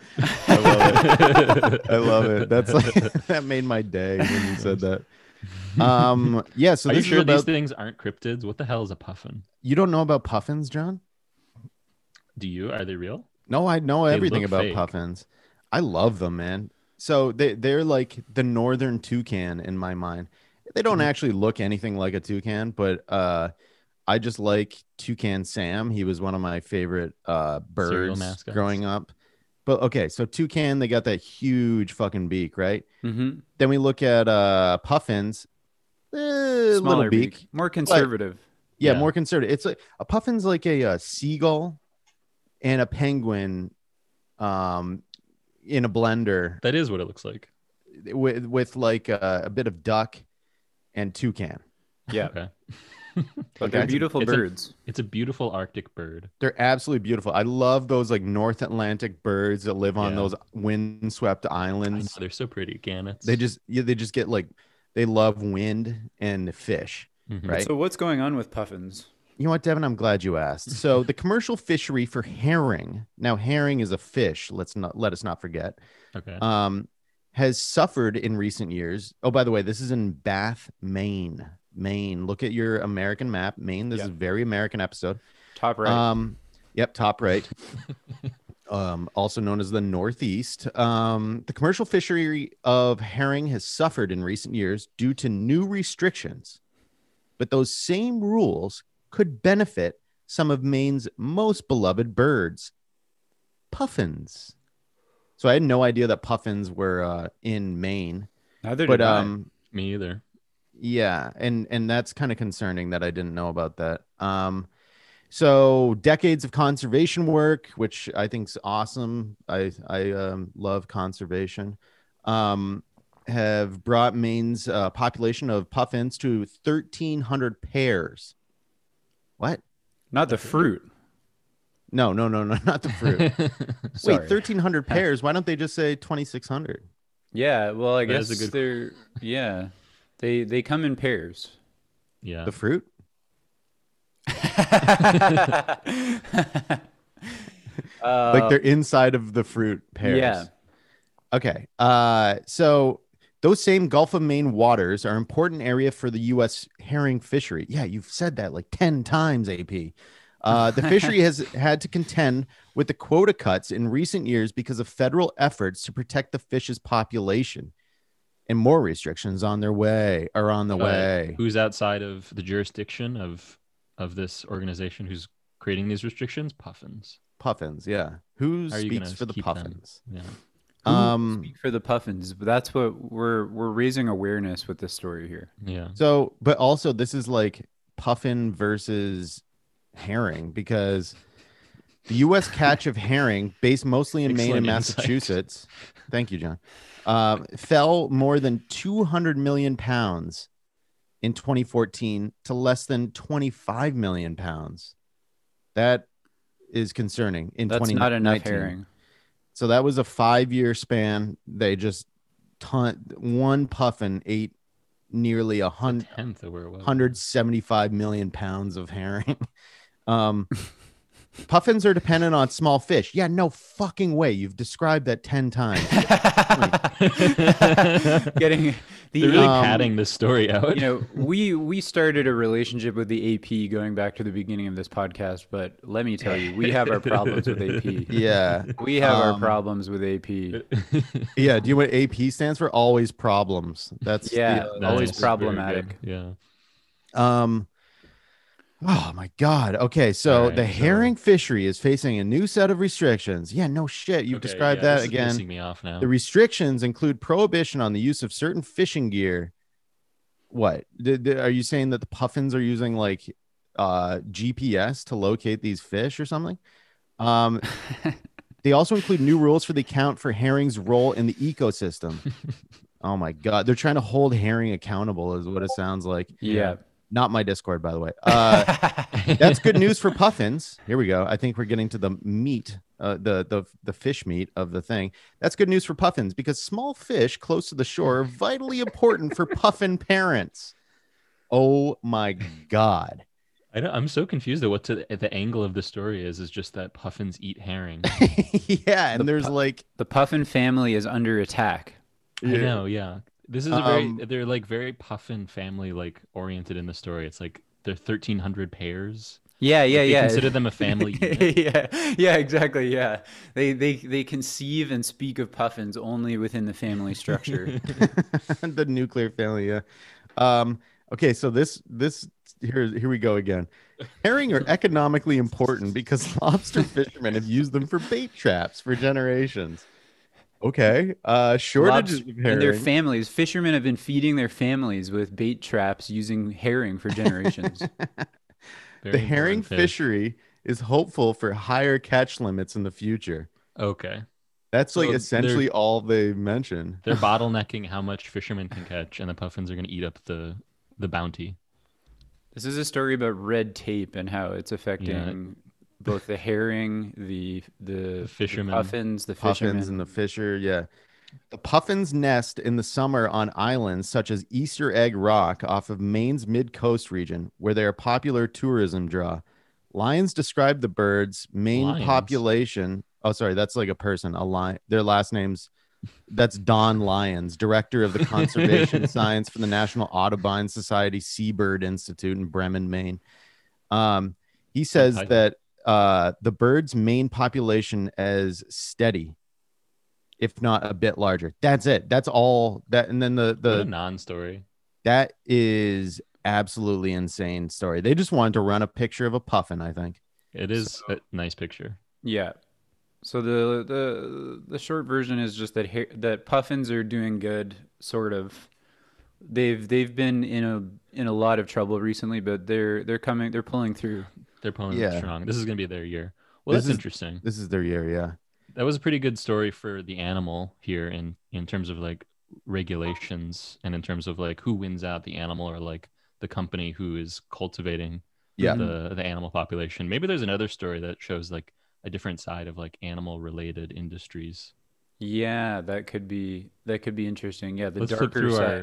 C: I love it. I love it. That's like that made my day when you said that. Um, yeah. So
D: Are you
C: this
D: sure
C: is about
D: these things aren't cryptids? What the hell is a puffin?
C: you don't know about puffins, John?
D: Do you? Are they real?
C: No, I know
D: They
C: everything
D: look
C: about
D: fake.
C: puffins. I love them, man. So they they're like the northern toucan in my mind. They don't
D: Mm-hmm.
C: actually look anything like a toucan, but uh I just like Toucan Sam. He was one of my favorite uh
D: Serial
C: birds
D: mascots.
C: growing up. But okay, so toucan, they got that huge fucking beak, right?
E: Mm-hmm.
C: Then we look at uh puffins. Eh, little
E: Smaller
C: beak.
E: more conservative.
C: yeah,
D: Yeah.
C: more conservative. It's like a puffin's like a, uh seagull and a penguin, um, in a blender
D: That is what it looks like.
C: with with like a, a bit of duck and toucan.
E: yeah,
D: Okay.
E: but they're
C: Okay.
E: beautiful
D: It's a-
E: birds.
D: It's a beautiful Arctic bird.
C: They're absolutely beautiful. I love those like North Atlantic birds that live on
D: Yeah.
C: those windswept
D: I know,
C: islands.
D: they're so pretty. Gannets.
C: They just yeah, they just get like they love wind and fish.
D: Mhm.
C: right?
E: So what's going on with puffins?
C: You know what, Devin? I'm glad you asked. So the commercial fishery for herring. Now herring is a fish. Let's not let us not forget.
D: Okay.
C: um, has suffered in recent years. Oh, by the way, this is in Bath, Maine. Maine. Look at your American map, Maine. This
E: Yeah.
C: is a very American episode.
E: Top right.
C: Um, yep, top right. um, also known as the Northeast. Um, the commercial fishery of herring has suffered in recent years due to new restrictions, but those same rules could benefit some of Maine's most beloved birds, puffins. So I had no idea that puffins were uh, in Maine,
E: Neither
C: but
E: did I.
C: um,
D: Me either.
C: yeah, and and that's kind of concerning that I didn't know about that. Um, so decades of conservation work, which I think's awesome. I I um, love conservation. Um, have brought Maine's uh, population of puffins to thirteen hundred pairs. What?
E: not the fruit.
C: No, no, no, no, not the fruit. Wait,
E: Sorry.
C: thirteen hundred pairs. Why don't they just say twenty six hundred?
E: Yeah, well, I
D: That
E: guess
D: is a good-
E: they're yeah, they they come in pairs.
D: Yeah.
E: Uh,
C: The fruit. Uh, like they're inside of the fruit pairs.
E: uh, Yeah.
C: Okay. Uh, so those same Gulf of Maine waters are important area for the U.S. herring fishery. Yeah, you've said that like ten times, AP. Uh, the fishery has had to contend with the quota cuts in recent years because of federal efforts to protect the fish's population, and more restrictions on their way are on the
D: Uh,
C: way.
D: Who's outside of the jurisdiction of of this organization? Who's creating these restrictions? Puffins.
C: Puffins, yeah. Who
D: How are you
C: speaks
D: gonna
C: for the
D: keep them?
C: puffins?
D: Yeah.
C: Um,
E: Speak for the puffins, but that's what we're we're raising awareness with this story here.
D: Yeah.
C: So, but also this is like puffin versus herring because the U.S. catch of herring, based mostly in Maine and
D: Excellent insight.
C: Massachusetts, thank you, John, uh, fell more than 200 million pounds in 2014 to less than 25 million pounds. That is concerning. In
E: That's
C: 2019.
E: not enough herring.
C: So that was a five-year span. They just ton one puffin ate nearly a hundred
D: Tenth of where it was.
C: 175 million pounds of herring. Um, puffins are dependent on small fish. Yeah, no fucking way. You've described that 10 times.
E: Getting
D: They're
E: the
D: really
C: Um,
D: padding this story out.
E: you know we we started a relationship with the AP going back to the beginning of this podcast, but let me tell you, we have our problems with AP.
C: yeah.
E: We have our
C: Um,
E: problems with AP.
C: Yeah. Do you know what AP stands for? Always problems. That's the-
E: Yeah,
D: That's
E: always
D: very
E: problematic.
D: good. Yeah.
C: um, oh my God. Okay. So
D: All right,
C: the
D: so-
C: herring fishery is facing a new set of restrictions. Yeah, no shit. You've
D: Okay,
C: described
D: yeah,
C: that
D: this is
C: again.
D: pissing me off now.
C: The restrictions include prohibition on the use of certain fishing gear. What Did- did- are you saying that the puffins are using like uh, GPS to locate these fish or something? Um, they also include new rules for the account for herring's role in the ecosystem. oh my god, they're trying to hold herring accountable, is what it sounds like.
E: Yeah.
C: Not my Discord, by the way. Uh, that's good news for puffins. Here we go. I think we're getting to the meat, uh, the the the fish meat of the thing. That's good news for puffins because small fish close to the shore are vitally important for puffin parents. Oh my god!
D: I don't, I'm so confused at what to, at the angle of the story is. Is just that puffins eat herring.
C: yeah, and there's like
E: The puffin family is under attack.
D: I know. Yeah. This is a very
C: Um,
D: they're like very puffin family like oriented in the story. It's like they're thirteen hundred pairs.
E: Yeah, yeah,
D: they
E: yeah.
D: consider them a family unit.
E: yeah, yeah, exactly. Yeah, they they they conceive and speak of puffins only within the family structure.
C: the nuclear family. Yeah. Um, okay, so this this here here we go again. Herring are economically important because lobster fishermen have used them for bait traps for generations. Okay, uh, shortages
E: Lobs-
C: of
E: and their
C: herring.
E: families. Fishermen have been feeding their families with bait traps using herring for generations.
D: Very
C: the herring
D: important fish.
C: fishery is hopeful for higher catch limits in the future.
D: Okay.
C: That's
D: So
C: like
D: they're-
C: essentially all they mention.
D: They're bottlenecking how much fishermen can catch, and the puffins are going to eat up the the bounty.
E: this is a story about red tape and how it's affecting both the herring, the the, the
D: fishermen.
E: puffins, the
C: puffins
E: fishermen.
C: and the fisher. Yeah. The puffins nest in the summer on islands such as Easter Egg Rock off of Maine's mid coast region, where they are popular tourism draw. Lions describe the bird's main
D: Lions?
C: population. Oh, sorry, that's like a person, a lion. Their last name's that's Don Lyons, director of the conservation science for the National Audubon Society Seabird Institute in Bremen, Maine. Um, he says
D: title.
C: that uh, the bird's main population is steady, if not a bit larger. That's it. That's all that. And then the
D: what a
C: the
D: non-story.
C: that is absolutely insane story. They just wanted to run a picture of a puffin. I think.
D: It is a nice picture.
E: Yeah. So the the the short version is just that hair, that puffins are doing good, sort of. They've they've been in a in a lot of trouble recently, but they're they're coming they're pulling through.
D: They're pulling
C: Yeah.
D: strong. This is going to be their year. Well,
C: This
D: that's
C: is-
D: interesting.
C: This is their year. Yeah.
D: That was a pretty good story for the animal here in in terms of like regulations and in terms of like who wins out the animal or like the company who is cultivating
C: Yeah.
D: the the animal population. Maybe there's another story that shows like a different side of like animal related industries.
E: Yeah, that could be that could be interesting. Yeah, the
D: Let's flip
E: darker
D: through
E: side,
D: our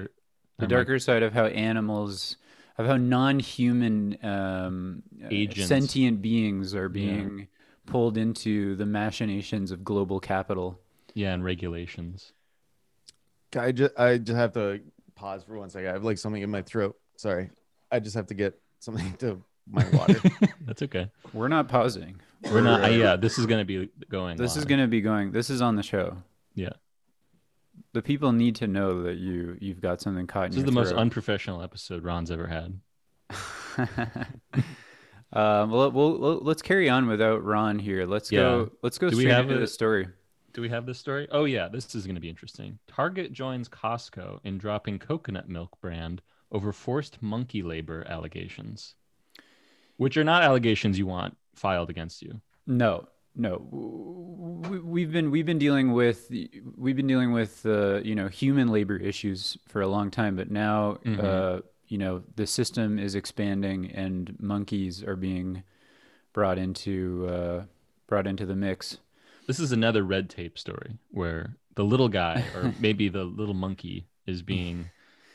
E: the
D: our
E: darker side of how animals, of how non-human um, uh,
D: Agents.
E: sentient beings are being pulled into the machinations of global capital.
D: Yeah, and regulations.
C: I just I just have to pause for one second. I have like something in my throat. Sorry. I just have to get something to my water.
D: That's okay.
E: We're not pausing.
D: We're not. yeah, this is gonna be going.
E: This is
D: live.
E: going to be going. This is on the show.
D: Yeah,
E: The people need to know that you you've got something caught. in
D: this is
E: your
D: the most
E: throat.
D: unprofessional episode Ron's ever had.
E: Uh, well, well, well, let's carry on without Ron here. Let's go.
D: Yeah.
E: Let's go
D: Do we
E: straight
D: have
E: into
D: a-
E: the story.
D: Do we have this story? Oh yeah, this is gonna be interesting. Target joins Costco in dropping coconut milk brand over forced monkey labor allegations, which are not allegations you want filed against you.
E: No, no. We, we've been we've been dealing with we've been dealing with uh, you know human labor issues for a long time, but now
D: Mm-hmm.
E: uh, you know the system is expanding and monkeys are being brought into uh, brought into the mix.
D: This is another red tape story where the little guy or maybe the little monkey is being,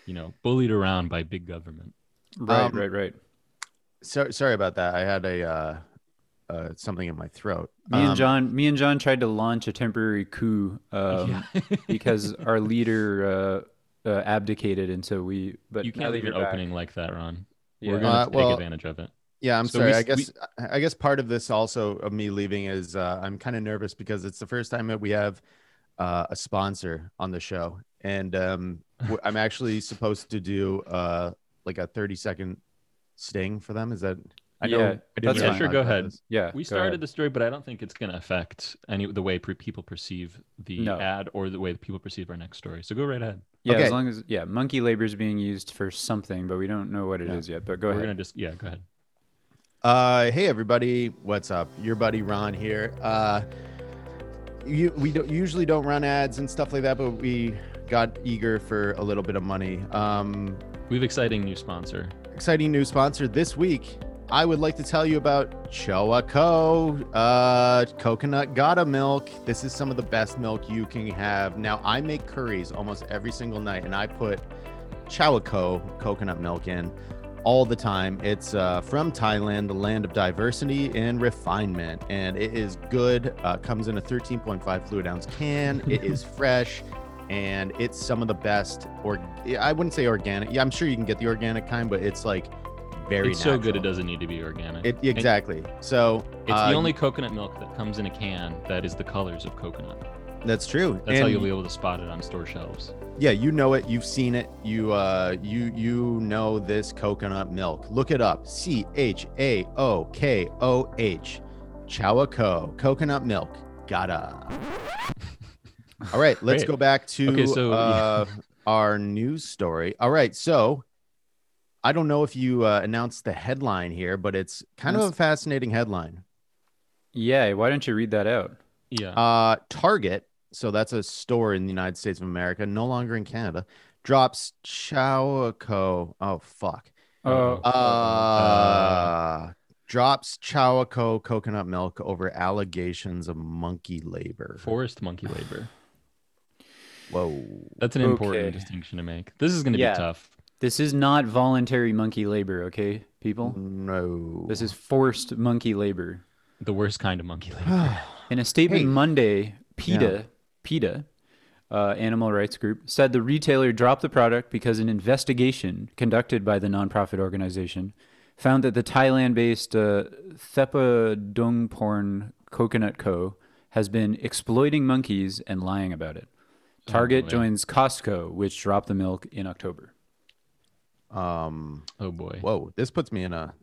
D: you know, bullied around by big government.
E: Right,
C: Um,
E: right, right.
C: so, sorry about that. I had a uh, uh, something in my throat.
E: Me
C: Um,
E: and John, me and John tried to launch a temporary coup um, because our leader uh, uh, abdicated, and so we. But
D: You
E: now
D: can't
E: that
D: leave an
E: you're back-
D: opening like that, Ron. We're
E: Yeah.
D: gonna
C: Uh,
D: take
C: well,
D: advantage of it.
C: Yeah, I'm
D: So
C: sorry.
D: we-
C: I guess I guess part of this also of me leaving is uh, I'm kind of nervous because it's the first time that we have uh, a sponsor on the show, and um, w- I'm actually supposed to do uh, like a 30 second sting for them. Is that? I
E: Yeah,
C: I really
E: that's fine.
D: Sure,
C: talk
D: go
C: about
D: ahead.
C: this.
E: Yeah,
D: we
E: go
D: started
E: ahead.
D: the story, but I don't think it's going to affect any the way pre- people perceive the
E: No.
D: ad or the way that people perceive our next story. So go right ahead.
E: Yeah,
C: Okay.
E: as long as yeah, monkey labor is being used for something, but we don't know what it is yet. But go
D: We're
E: ahead.
D: going to just yeah, go ahead.
C: Uh, hey everybody, what's up? Your buddy Ron here. Uh, you, we don't, usually don't run ads and stuff like that, but we got eager for a little bit of money. Um,
D: We have exciting new sponsor.
C: exciting new sponsor this week. I would like to tell you about Choa Co. Uh, coconut Gata milk. This is some of the best milk you can have. Now I make curries almost every single night, and I put Choa Co. coconut milk in all the time. It's uh, from Thailand, the land of diversity and refinement, and it is good. Uh, comes in a 13.5 fluid ounce can. It is fresh. and it's some of the best. Or I wouldn't say organic. Yeah, I'm sure you can get the organic kind, but it's like very.
D: it's so good it
C: natural.
D: doesn't need to be organic.
C: It, exactly. So uh,
D: It's
E: uh,
D: the only coconut milk that comes in a can that is the colors of coconut.
C: That's true.
D: That's how
C: And
D: you'll be able to spot it on store shelves.
C: yeah you know it you've seen it you uh you you know this coconut milk look it up c-h-a-o-k-o-h chowaco coconut milk gotta all right let's
D: Great.
C: go back to
D: Okay, so-
C: uh, our news story all right so i don't know if you uh, announced the headline here but it's kind of a fascinating headline
E: Yeah, why don't you read that out?
D: Yeah.
C: uh, Target, so that's a store in the United States of America, no longer in Canada, drops Chowaco. Oh fuck.
E: Oh,
C: Uh, drops Chowaco coconut milk over allegations of monkey labor.
D: Forest monkey labor.
C: Whoa.
D: That's an important
E: Okay.
D: distinction to make. This is going to
E: Yeah.
D: be tough.
E: This is not voluntary monkey labor, okay, people?
C: No.
E: This is forced monkey labor.
D: The worst kind of monkey labor.
E: In a statement
C: Hey.
E: Monday, PETA, PETA, uh, animal rights group, said the retailer dropped the product because an investigation conducted by the nonprofit organization found that the Thailand based uh, Thepa Dongporn Coconut Co. has been exploiting monkeys and lying about it. Target
D: boy.
E: joins Costco, which dropped the milk in October.
C: um
D: Oh boy.
C: whoa, this puts me in a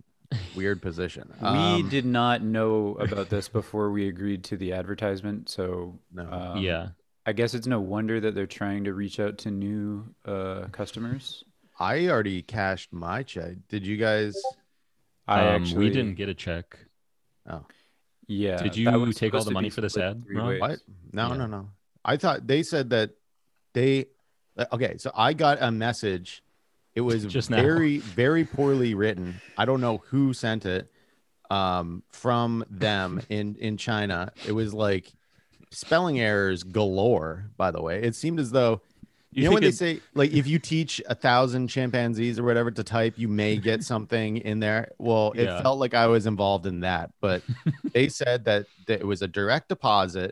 C: weird position.
E: we
C: Um,
E: did not know about this before we agreed to the advertisement, so
C: No.
E: um,
D: yeah.
E: I guess it's no wonder that they're trying to reach out to new uh, customers.
C: I already cashed my check. Did you guys
E: I
D: um,
E: actually
D: we didn't get a check.
C: Oh.
E: Yeah.
D: Did
E: that
D: you
E: was
D: take all
E: supposed
D: the
E: to
D: money
E: be
D: for this
E: split
D: ad,
E: three
D: Ron?
E: ways.
C: What? No,
D: Yeah.
C: no, no. I thought they said that they. uh, Okay, so I got a message. It was
D: Just now.
C: very, very poorly written. I don't know who sent it. Um, from them in in China, it was like spelling errors galore. By the way, it seemed as though you, know
D: think
C: when they
D: it-
C: say like if you teach a thousand chimpanzees or whatever to type, you may get something in there. Well, it
D: Yeah.
C: felt like I was involved in that, but they said that, that it was a direct deposit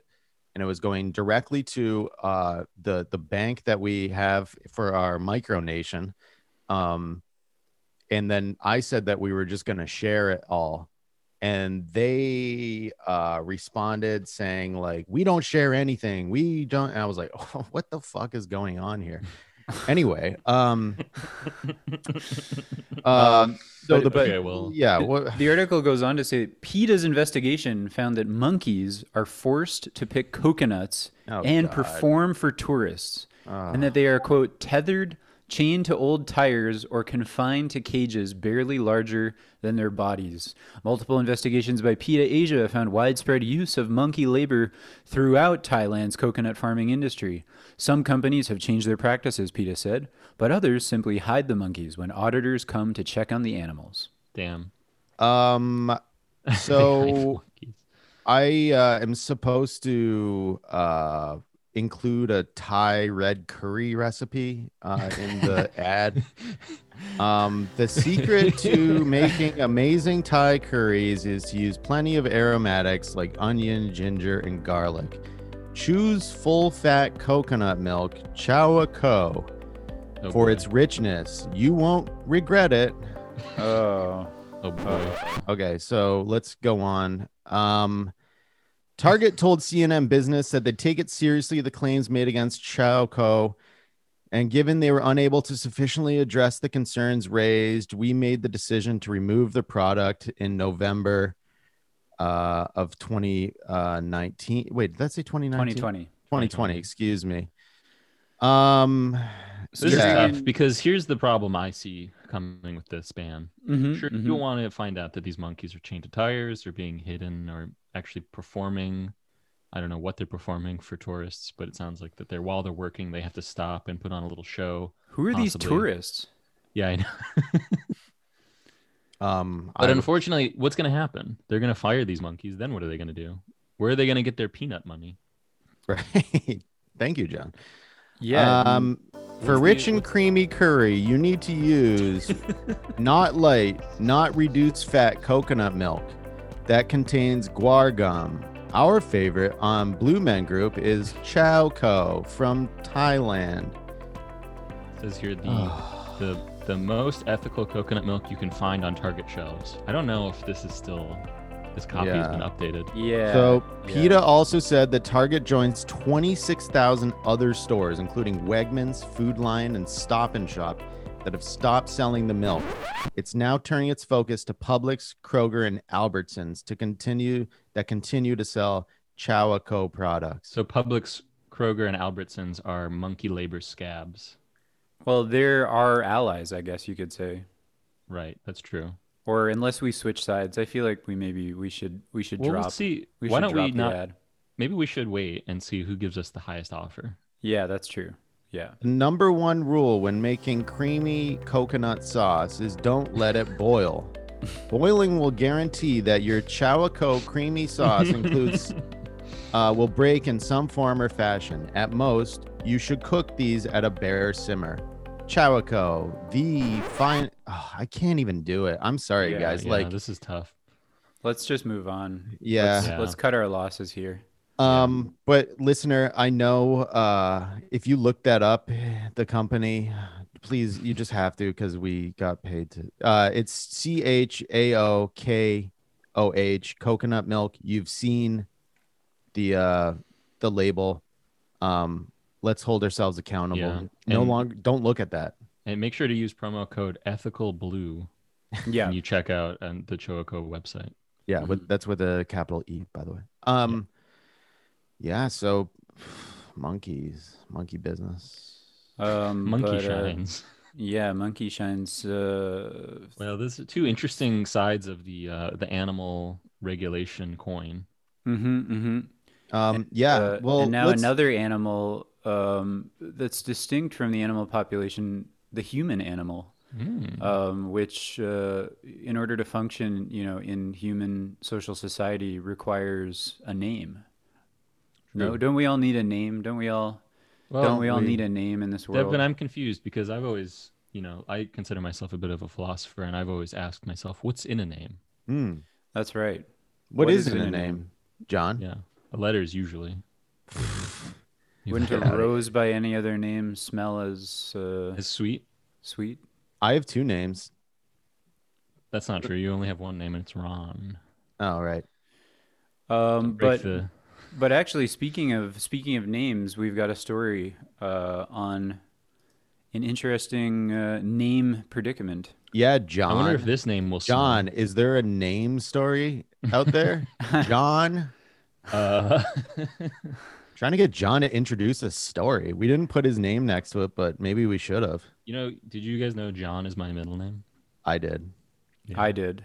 C: and it was going directly to uh, the the bank that we have for our micronation. Um, and then I said that we were just going to share it all. And they uh, responded saying like, we don't share anything. We don't. And I was like, oh, what the fuck is going on here? anyway, um, uh,
E: Um,
C: so
E: but-
C: the
E: but-
D: okay, well,
C: yeah, what,
E: The article goes on to say PETA's investigation found that monkeys are forced to pick coconuts
C: Oh,
E: and
C: God.
E: perform for tourists, and that they are, quote, tethered, chained to old tires, or confined to cages barely larger than their bodies. Multiple investigations by PETA Asia found widespread use of monkey labor throughout Thailand's coconut farming industry. Some companies have changed their practices, PETA said, but others simply hide the monkeys when auditors come to check on the animals.
D: damn.
C: um,
D: Knife
C: so
D: monkeys.
C: I uh, am supposed to uh, include a Thai red curry recipe uh, in the ad. Um, the secret to making amazing Thai curries is to use plenty of aromatics like onion, ginger, and garlic. Choose full fat coconut milk, Chowa Co,
D: Oh,
C: for
D: boy.
C: its richness. You won't regret it.
E: Oh.
D: Oh boy.
C: Okay, so let's go on. Um, Target told CNN Business that they take it seriously the claims made against Chowco, and given they were unable to sufficiently address the concerns raised, we made the decision to remove the product in November uh, of 2019. Wait, did that say 2019?
E: 2020.
C: 2020, excuse me. Um,
D: This
C: yeah.
D: is tough because here's the problem I see coming with this ban.
E: Mhm,
D: Sure,
C: Mm-hmm.
E: mhm.
D: you want to find out that these monkeys are chained to tires or being hidden or actually performing. I don't know what they're performing for tourists, but it sounds like that they're while they're working, they have to stop and put on a little show.
E: Who are these
D: possibly.
E: tourists?
D: Yeah, I know.
C: um,
D: But
C: I-
D: unfortunately, what's going to happen? They're going to fire these monkeys. Then what are they going to do? Where are they going to get their peanut money?
C: right. Thank you, John.
E: Yeah.
D: Uh,
C: Um, for
E: what's
C: rich
E: the-
C: and creamy curry, you need to use not light, not reduced fat coconut milk that contains guar gum, Our favorite on Blue Men Group is Chow Ko from Thailand.
D: says here the the the most ethical coconut milk you can find on Target shelves. I don't know if this is still this copy has been
C: Yeah.
D: updated.
E: Yeah.
C: so
E: yeah.
C: PETA also said that Target joins 26,000 other stores, including Wegmans, Food Lion, and Stop and Shop, that have stopped selling the milk. It's now turning its focus to Publix, Kroger, and Albertsons to continue that continue to sell Chow Co products.
D: So Publix, Kroger, and Albertsons are monkey labor scabs.
E: Well, they're our allies, I guess you could say.
D: Right, that's true.
E: Or unless we switch sides, I feel like we maybe we should we should
D: Well,
E: drop.
D: we'll see.
E: we
D: Why
E: should
D: don't we
E: drop the
D: not?
E: ad.
D: Maybe we should wait and see who gives us the highest offer.
E: Yeah, that's true. Yeah.
C: Number one rule when making creamy coconut sauce is don't let it boil. Boiling will guarantee that your Chowaco creamy sauce includes uh, will break in some form or fashion. At most, you should cook these at a bare simmer. Chowaco, the fine. Oh, I can't even do it. I'm sorry,
E: Yeah,
C: guys.
D: Yeah,
C: like,
D: this is tough.
E: Let's just move on.
C: yeah.
E: Let's,
D: Yeah.
E: let's cut our losses here.
C: Um, but listener, I know uh if you look that up, the company, please you just have to because we got paid to uh it's C H A O K O H coconut milk. You've seen the uh the label. Um let's hold ourselves accountable.
D: Yeah,
C: No
D: and-
C: longer don't look at that.
D: And make sure to use promo code ethical blue
E: Yeah.
D: when you check out um, the Choco website.
C: Yeah,
D: Mm-hmm.
C: with that's with a capital E, by the way. Um yeah, so monkeys, monkey business.
E: Um,
D: Monkey
E: but, uh,
D: shines.
E: yeah, monkey shines. Uh,
D: Well, this is two interesting sides of the uh, the animal regulation coin.
E: mhm, mhm.
C: Um yeah,
E: Uh,
C: well
E: and now
C: let's-
E: another animal um, that's distinct from the animal population, the human animal, um, which, uh, in order to function, you know, in human social society, requires a name. No, don't we all need a name? Don't we all? don't we all need a name in this world?
D: Devin, I'm confused because I've always, you know, I consider myself a bit of a philosopher, and I've always asked myself, what's in a name?
C: Hmm.
E: That's right.
C: what is, in a name, John?
D: Yeah, letters usually. You
E: Wouldn't a
D: like that?
E: rose by any other name smell as uh,
D: Is sweet?
E: sweet?
C: I have two names.
D: That's not true. You only have one name, and it's Ron.
C: Oh, right.
E: Um,
D: Break
E: but
D: the-
E: But actually, speaking of speaking of names, we've got a story uh, on an interesting uh, name predicament.
C: Yeah,
D: I
C: John.
D: wonder if this name will.
C: John, is there a name story out there? John,
D: sing. Uh,
C: trying to get John to introduce a story. We didn't put his name next to it, but maybe we should have.
D: you know, did you guys know John is my middle name?
C: I did.
E: I did.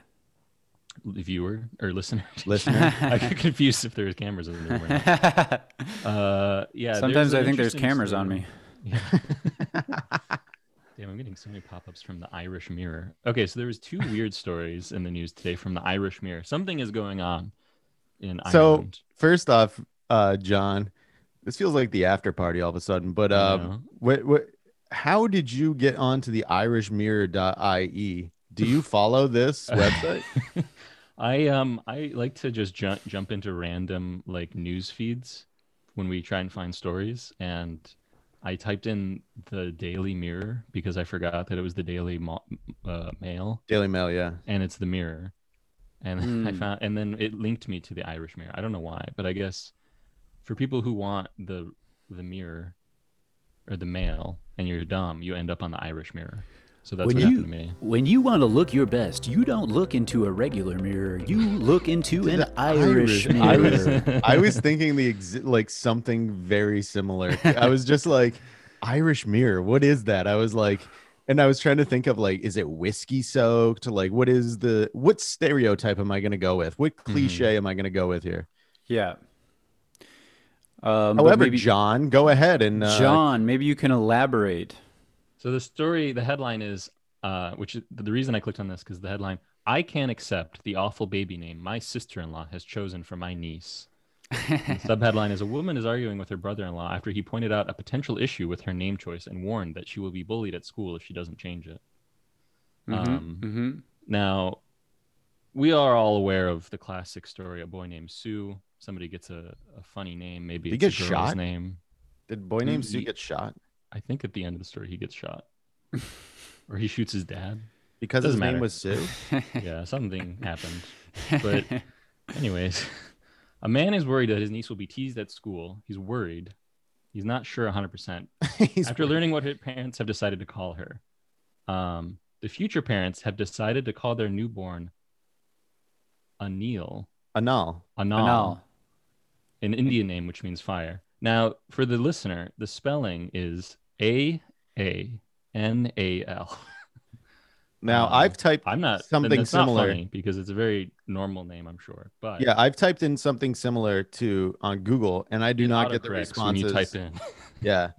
D: Viewer or listener?
C: Listener,
D: I get confused if there's cameras in the room. or not. Uh, yeah. there's
E: Sometimes
D: an
E: I think there's
D: interesting
E: cameras on
D: story.
E: me.
D: Damn, I'm getting so many pop-ups from the Irish Mirror. Okay, so there was two weird stories in the news today from the Irish Mirror. Something is going on in
C: so
D: Ireland.
C: first off, uh, John, this feels like the after party all of a sudden. But
D: I
C: um,
D: know.
C: what, what, how did you get onto the IrishMirror.ie? E? Do you follow this website?
D: I um I like to just jump jump into random like news feeds when we try and find stories and I typed in the Daily Mirror because I forgot that it was the Daily Mo- uh, Mail
C: Daily Mail, yeah.
D: and it's the Mirror. And I found and then it linked me to the Irish Mirror. I don't know why, but I guess for people who want the the Mirror or the Mail and you're dumb, you end up on the Irish Mirror. So that's what happened to me.
I: When you want to look your best, you don't look into a regular mirror. You look into an Irish,
C: I
I: mirror.
C: was, I was thinking the exi- like something very similar. I was just like, Irish mirror, what is that? I was like, and I was trying to think of like, is it whiskey soaked? Like, what is the what stereotype am I gonna go with? What cliche am I gonna go with here?
E: Yeah. Um, but
C: However,
E: maybe,
C: John, go ahead and uh,
E: John, maybe you can elaborate.
D: So the story, the headline is, uh, which is the reason I clicked on this because the headline, I can't accept the awful baby name my sister in law has chosen for my niece. And the subheadline is A woman is arguing with her brother in law after he pointed out a potential issue with her name choice and warned that she will be bullied at school if she doesn't change it. Um,
E: hmm
D: now, we are all aware of the classic story a boy named Sue somebody gets a, a funny name, maybe
C: He
D: it's a
C: gets
D: girl's
C: shot?
D: name.
C: Did boy named Zoo get shot
D: I think at the end of the story he gets shot, or he shoots his dad.
C: because
D: Doesn't
C: his
D: matter.
C: name was Sue?
D: Yeah, something happened. But anyways, a man is worried that his niece will be teased at school. He's worried. He's not sure 100%.
C: He's
D: After learning what her parents have decided to call her, um, the future parents have decided to call their newborn Anil,
C: Anal.
D: Anal,
E: Anal.
D: an Indian name which means fire. Now, for the listener, the spelling is A A N A L.
C: Now
D: Um,
C: I've typed
D: I'm not
C: something
D: that's Not
C: similar.
D: funny because it's a very normal name, I'm sure. But
C: yeah, I've typed in something similar to on Google, and I do
D: it
C: not get the
D: autocorrects
C: responses.
D: when you type in.
C: Yeah,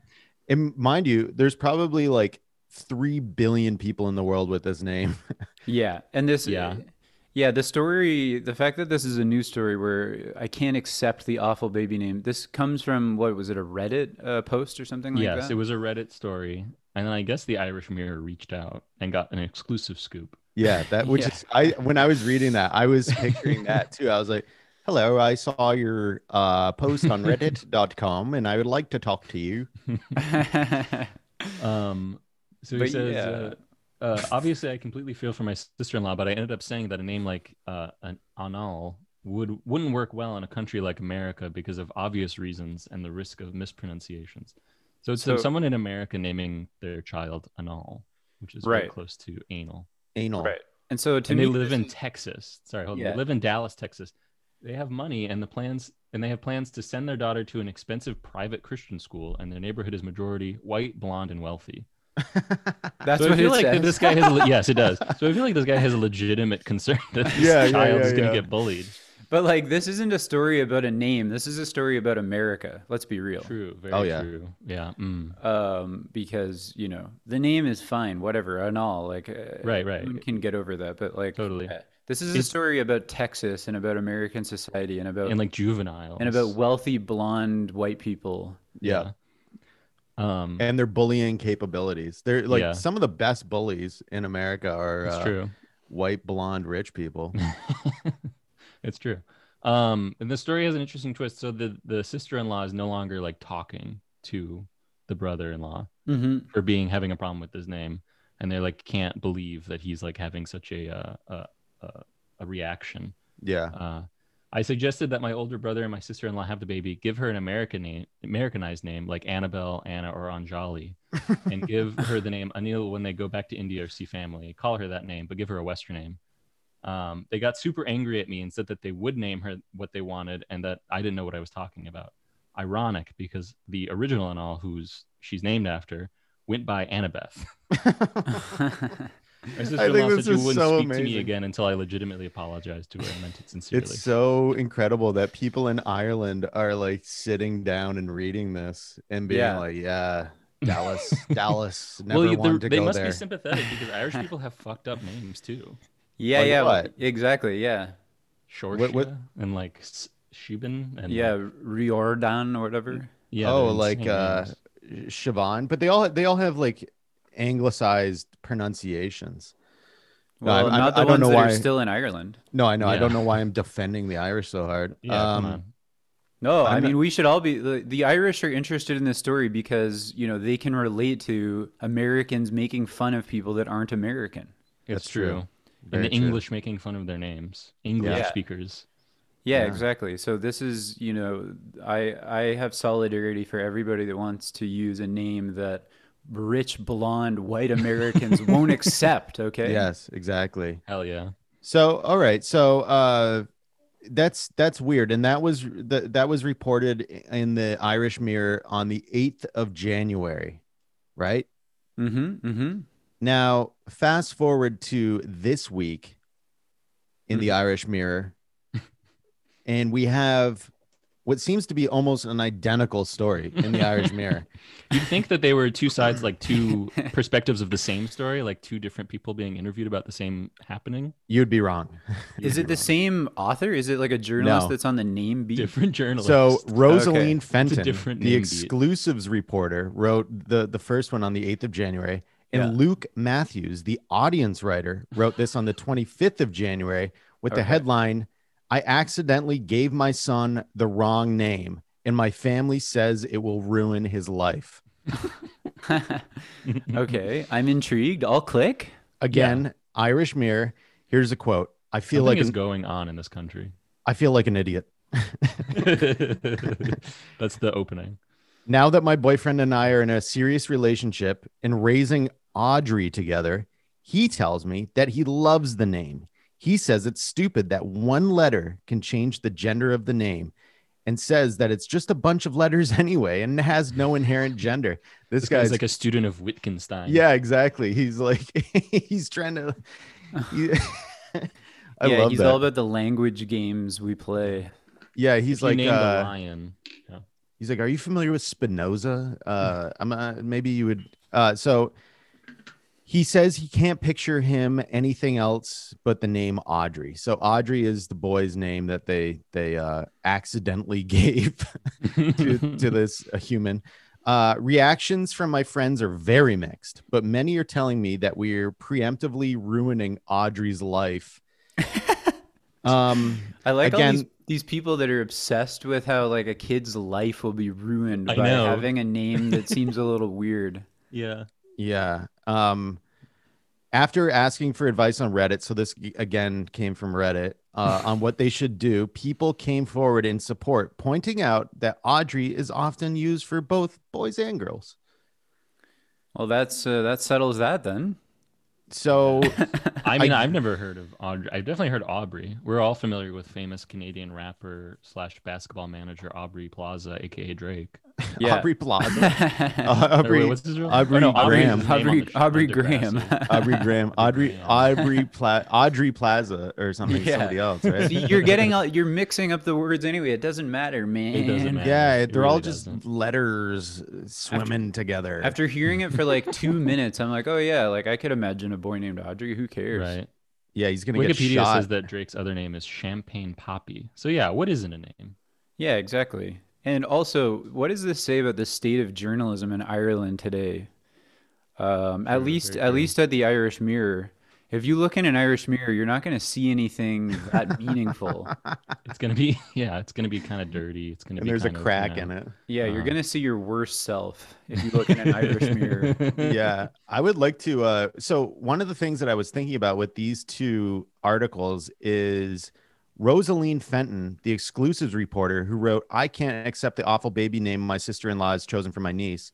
C: and mind you, there's probably like three billion people in the world with this name.
E: Yeah, and this
D: Yeah.
E: yeah, the story, the fact that this is a news story where I can't accept the awful baby name. This comes from what was it a Reddit uh, post or something like
D: yes,
E: that?
D: it was a Reddit story, and then I guess the Irish Mirror reached out and got an exclusive scoop.
C: Yeah, that which
E: Yeah.
C: is I when I was reading that, I was picturing that too. I was like, "Hello, I saw your uh, post on Reddit.com, and I would like to talk to you."
D: Um, so he
E: But
D: says,
E: yeah.
D: uh, uh, obviously, I completely feel for my sister-in-law, but I ended up saying that a name like uh, an Anal would wouldn't work well in a country like America because of obvious reasons and the risk of mispronunciations. So it's
E: So-
D: someone in America naming their child Anal, which is very
E: Right.
D: close to anal.
C: Anal.
E: right. And so to
D: and
E: me,
D: they live
E: this
D: in
E: is-
D: Texas. Sorry, hold on.
E: Yeah.
D: They live in Dallas, Texas. They have money and the plans and they have plans to send their daughter to an expensive private Christian school and their neighborhood is majority white, blonde, and wealthy.
E: that's
D: so
E: what
D: I feel
E: it
D: like that
E: says.
D: this guy has le- yes, it does. So I feel like this guy has a legitimate concern that this
C: Yeah, yeah,
D: child
C: yeah,
D: is gonna
C: yeah.
D: get bullied.
E: But like, this isn't a story about a name. This is a story about America. Let's be real.
D: True, very
C: Oh, yeah.
D: true. Yeah. mm.
E: Um, because you know the name is fine, whatever, and all. Like, uh,
D: Right, right.
E: everyone can get over that. But like,
D: Totally.
E: uh, this is a
D: It's-
E: story about Texas and about American society and about
D: And like juvenile.
E: and about wealthy blonde white people.
C: Yeah.
D: um
C: and their bullying capabilities. They're like
D: Yeah.
C: some of the best bullies in America are
D: it's
C: uh,
D: true.
C: white, blonde, rich people.
D: it's true. Um, and the story has an interesting twist. So the the sister in law is no longer like talking to the brother in law
E: Mm-hmm.
D: for being having a problem with his name, and they like can't believe that he's like having such a uh, a, a a reaction.
C: yeah.
D: Uh, I suggested that my older brother and my sister in law have the baby, give her an American name, Americanized name like Annabelle, Anna, or Anjali, and give her the name Anil when they go back to India or see family. Call her that name, but give her a Western name. Um, they got super angry at me and said that they would name her what they wanted and that I didn't know what I was talking about. Ironic because the original Anal, who's she's named after, went by Annabeth. My sister in law said
C: this
D: she
C: is
D: wouldn't
C: so
D: speak to me
C: amazing.
D: again until I legitimately apologized to her and meant it sincerely.
C: It's so incredible that people in Ireland are like sitting down and reading this and being
E: Yeah.
C: like, yeah, Dallas, Dallas never
D: well, you-
C: wanted
D: they're-
C: to
D: they
C: go
D: must
C: there.
D: be sympathetic because Irish people have fucked up names too.
E: Yeah,
C: Like
E: yeah,
C: what?
E: exactly. Yeah,
D: Shorsha
C: What- what-
D: and like S- Shubin
C: Mm-hmm.
D: and
E: yeah,
D: like-
E: Riordan or whatever.
D: yeah.
C: oh,
D: they're
C: like
D: insane
C: uh,
D: names.
C: Siobhan, but they all they all have like anglicized pronunciations. No,
E: Well,
C: I'm- I'm-
E: not the
C: I don't
E: ones
C: know
E: that are
C: why-
E: still in Ireland.
C: No, I know. I
D: Yeah.
C: don't know why I'm defending the Irish so hard.
D: yeah, come
C: Um,
D: on.
E: No, i
C: I'm
E: mean we should all be the, the Irish are interested in this story because you know they can relate to Americans making fun of people that aren't American.
D: It's
C: that's true.
D: true.
C: Very
D: And the
C: true.
D: English making fun of their names, English
E: Yeah.
D: speakers.
E: Yeah, exactly. So this is you know I I have solidarity for everybody that wants to use a name that rich blonde white Americans won't accept. Okay.
C: Yes, exactly.
D: Hell yeah.
C: So, all right. So, uh, that's that's weird, and that was that that was reported in the Irish Mirror on the eighth of January, right?
E: Mm-hmm. Mm-hmm.
C: Now, fast forward to this week in the Irish Mirror, and we have what seems to be almost an identical story in the Irish Mirror.
D: You'd think that they were two sides, like two perspectives of the same story, like two different people being interviewed about the same happening.
C: You'd be wrong.
E: Is it the same author? Is it like a journalist
C: No.
E: that's on the name beat?
D: Different journalists.
C: So Rosaline Fenton,
D: different
C: the
D: name beat.
C: exclusives reporter, wrote the the first one on the eighth of January, and Luke Matthews, the audience writer, wrote this on the twenty fifth of January with the headline I accidentally gave my son the wrong name, and my family says it will ruin his life.
E: okay, I'm intrigued. I'll click.
C: Again, Irish Mirror. Here's a quote. I feel
D: Something
C: like
D: is
C: an,
D: going on in this country.
C: I feel like an idiot.
D: That's the opening.
C: Now that my boyfriend and I are in a serious relationship and raising Audrey together, he tells me that he loves the name. He says it's stupid that one letter can change the gender of the name and says that it's just a bunch of letters anyway and has no inherent gender. This,
D: This
C: guy's,
D: guy's like a student of Wittgenstein.
C: yeah, exactly. He's like, he's trying to. he- I
E: yeah,
C: love
E: he's
C: that.
E: all about the language games we play.
C: yeah, he's
D: If you
C: like,
D: named
C: uh,
D: a lion. Yeah.
C: He's like, "Are you familiar with Spinoza? Uh, I'm uh, maybe you would." Uh, so he says he can't picture him anything else but the name Audrey. So Audrey is the boy's name that they they uh, accidentally gave to, to this uh, human. Uh, reactions from my friends are very mixed, but many are telling me that we're preemptively ruining Audrey's life. um,
E: I like all these,
C: Again-
E: these people that are obsessed with how like a kid's life will be ruined
D: I
E: by
D: know.
E: having a name that seems a little weird.
D: yeah.
C: Yeah. Um, after asking for advice on Reddit, so this g- again came from Reddit uh, on what they should do, people came forward in support, pointing out that Audrey is often used for both boys and girls.
E: Well, that's uh, that settles that then.
C: So,
D: I mean, I, have never heard of Audrey. I've definitely heard Aubrey. We're all familiar with famous Canadian rapper slash basketball manager Aubrey Plaza, aka Drake.
E: Yeah.
C: Aubrey Plaza, uh,
D: Or wait,
C: Aubrey,
D: what's his real?
C: Aubrey
D: oh, no, Aubrey's
C: Graham.
D: name on the
E: Aubrey-
D: sh-
E: Aubrey
D: on Degrassi.
E: Graham.
C: Aubrey Graham, Audrey,
D: Graham.
C: Aubrey, Pla- Audrey Plaza, or something.
E: Yeah.
C: Somebody else, right?
E: See, you're getting all, you're mixing up the words anyway. It doesn't matter, man.
D: It doesn't matter.
C: yeah,
D: It
C: they're all
D: really
C: just
D: doesn't.
C: letters swimming together.
E: After hearing it for like two minutes, I'm like, oh yeah, like I could imagine a boy named Audrey. Who cares?
D: Right.
C: yeah, he's gonna get
D: Wikipedia
C: shot.
D: says that Drake's other name is Champagne Poppy. So yeah, what isn't a name?
E: Yeah, exactly. And also, what does this say about the state of journalism in Ireland today? Um, at least, at least at the Irish Mirror. If you look in an Irish Mirror, you're not going to see anything that meaningful.
D: It's gonna be yeah, it's gonna be kind of dirty. It's gonna
C: and
D: be
C: there's a
D: kind of,
C: crack
D: you know,
C: in it.
E: Yeah, you're going to see your worst self if you look in an Irish Mirror.
C: yeah i would like to uh so one of the things that i was thinking about with these two articles is rosaline fenton the exclusives reporter who wrote i can't accept the awful baby name my sister-in-law has chosen for my niece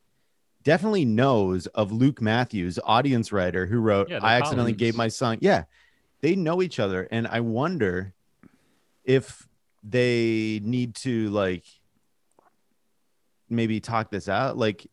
C: definitely knows of luke matthews audience writer who wrote
D: Yeah, they're
C: i accidentally gave
D: colleagues.
C: my son yeah they know each other and i wonder if they need to like maybe talk this out like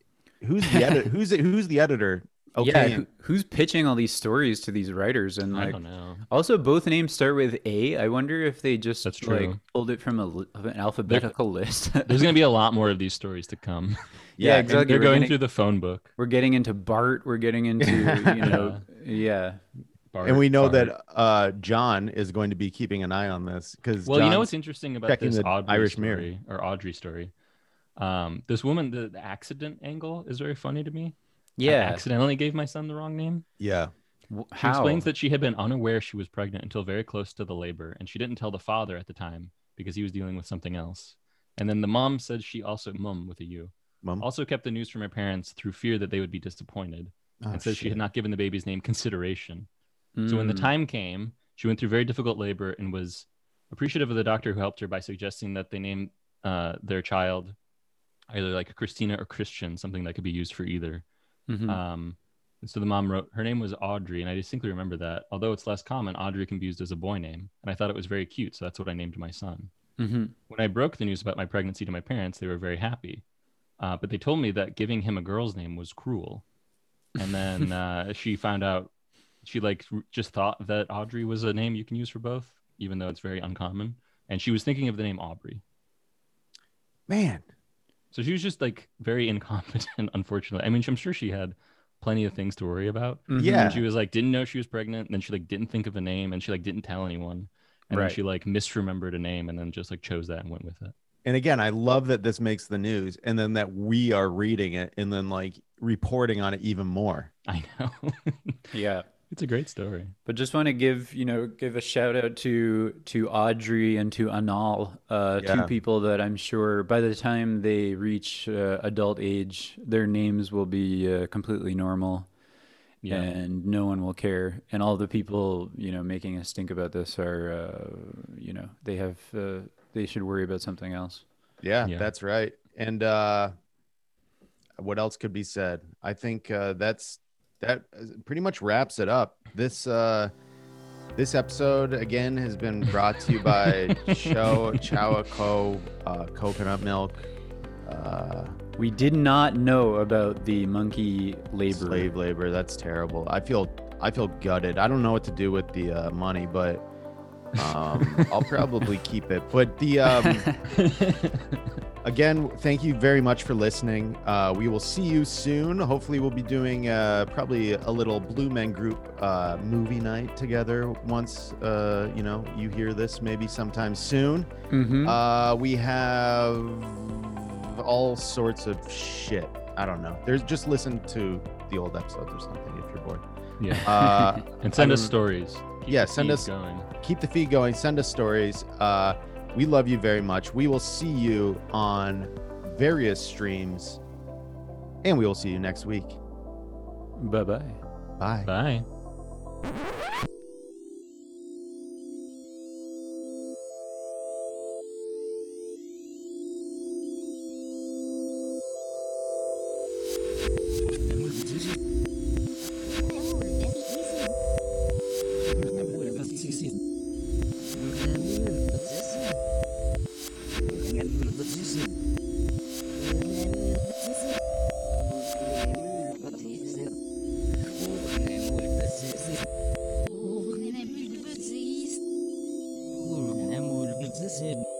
C: who's the editor who's it who's the editor okay
E: Yeah, who, who's pitching all these stories to these writers? And
D: I
E: like,
D: don't know.
E: also both names start with A. I wonder if they just
D: That's
E: like
D: true.
E: pulled it from a, li- of an alphabetical list.
D: There's gonna be a lot more of these stories to come.
E: Yeah,
C: and-
E: exactly.
D: They're
E: We're
D: going
E: gonna-
D: through the phone book.
E: We're getting into Bart. We're getting into you know, yeah.
D: Bart,
C: and we know
D: Bart.
C: that uh john is going to be keeping an eye on this because
D: Well, you know what's interesting about
C: checking
D: this
C: the
D: Audrey
C: Irish
D: story
C: Mirror.
D: or Audrey story? Um, this woman, the, the accident angle is very funny to me. I
E: Yeah.
D: accidentally gave my son the wrong name.
C: yeah
E: W-
D: She
E: How?
D: explains that she had been unaware she was pregnant until very close to the labor, and she didn't tell the father at the time because he was dealing with something else. And then the mom said she also mum with a U
C: mom
D: also kept the news from her parents through fear that they would be disappointed,
C: oh,
D: and says she had not given the baby's name consideration. So when the
E: Mm.
D: time came, she went through very difficult labor and was appreciative of the doctor who helped her by suggesting that they name uh, their child either like Christina or Christian, something that could be used for either.
E: Mhm.
D: Um, and so the mom wrote, her name was Audrey, and I distinctly remember that. Although it's less common, Audrey can be used as a boy name, and I thought it was very cute, so that's what I named my son.
E: Mhm.
D: When I broke the news about my pregnancy to my parents, they were very happy. Uh, but they told me that giving him a girl's name was cruel. And then uh, she found out, she like r- just thought that Audrey was a name you can use for both, even though it's very uncommon. And she was thinking of the name Aubrey.
C: man
D: So she was just like very incompetent, unfortunately. I mean, I'm sure she had plenty of things to worry about.
E: Mhm.
C: yeah
D: And she was like, didn't know she was pregnant. And then she like didn't think of a name and she like didn't tell anyone. And
E: Right.
D: then she like misremembered a name and then just like chose that and went with it.
C: and again i love that this makes the news and then that we are reading it and then like reporting on it even more
D: I know.
E: Yeah.
D: It's a great story.
E: But just want to give you know give a shout out to to Audrey and to Anal, uh,
C: Yeah.
E: two people that I'm sure by the time they reach uh, adult age, their names will be uh, completely normal,
D: Yeah.
E: and no one will care. And all the people you know making us think about this are uh, you know they have uh, they should worry about something else.
C: Yeah,
D: Yeah.
C: that's right. And uh, what else could be said? I think uh, that's that pretty much wraps it up. This uh, this episode again has been brought to you by Cho Chowako uh, coconut milk. Uh,
E: We did not know about the monkey labor.
C: slave labor. That's terrible. I feel I feel gutted. I don't know what to do with the uh, money, but um, I'll probably keep it. But the um, again, thank you very much for listening. Uh, we will see you soon. Hopefully, we'll be doing uh, probably a little Blue Men Group uh, movie night together once uh, you know you hear this maybe sometime soon.
E: Mhm.
C: Uh, we have all sorts of shit. I don't know. There's just listen to the old episodes or something if you're bored.
D: Yeah.
C: Uh,
D: and send us
C: I'm-
D: stories. Keep
C: yeah,
D: the
C: send
D: feed
C: us-
D: going.
C: keep the feed going. Send us stories. Uh, we love you very much. We will see you on various streams, and we will see you next week.
E: Bye bye.
C: Bye.
D: Bye.
B: Ouvre la boule, petit,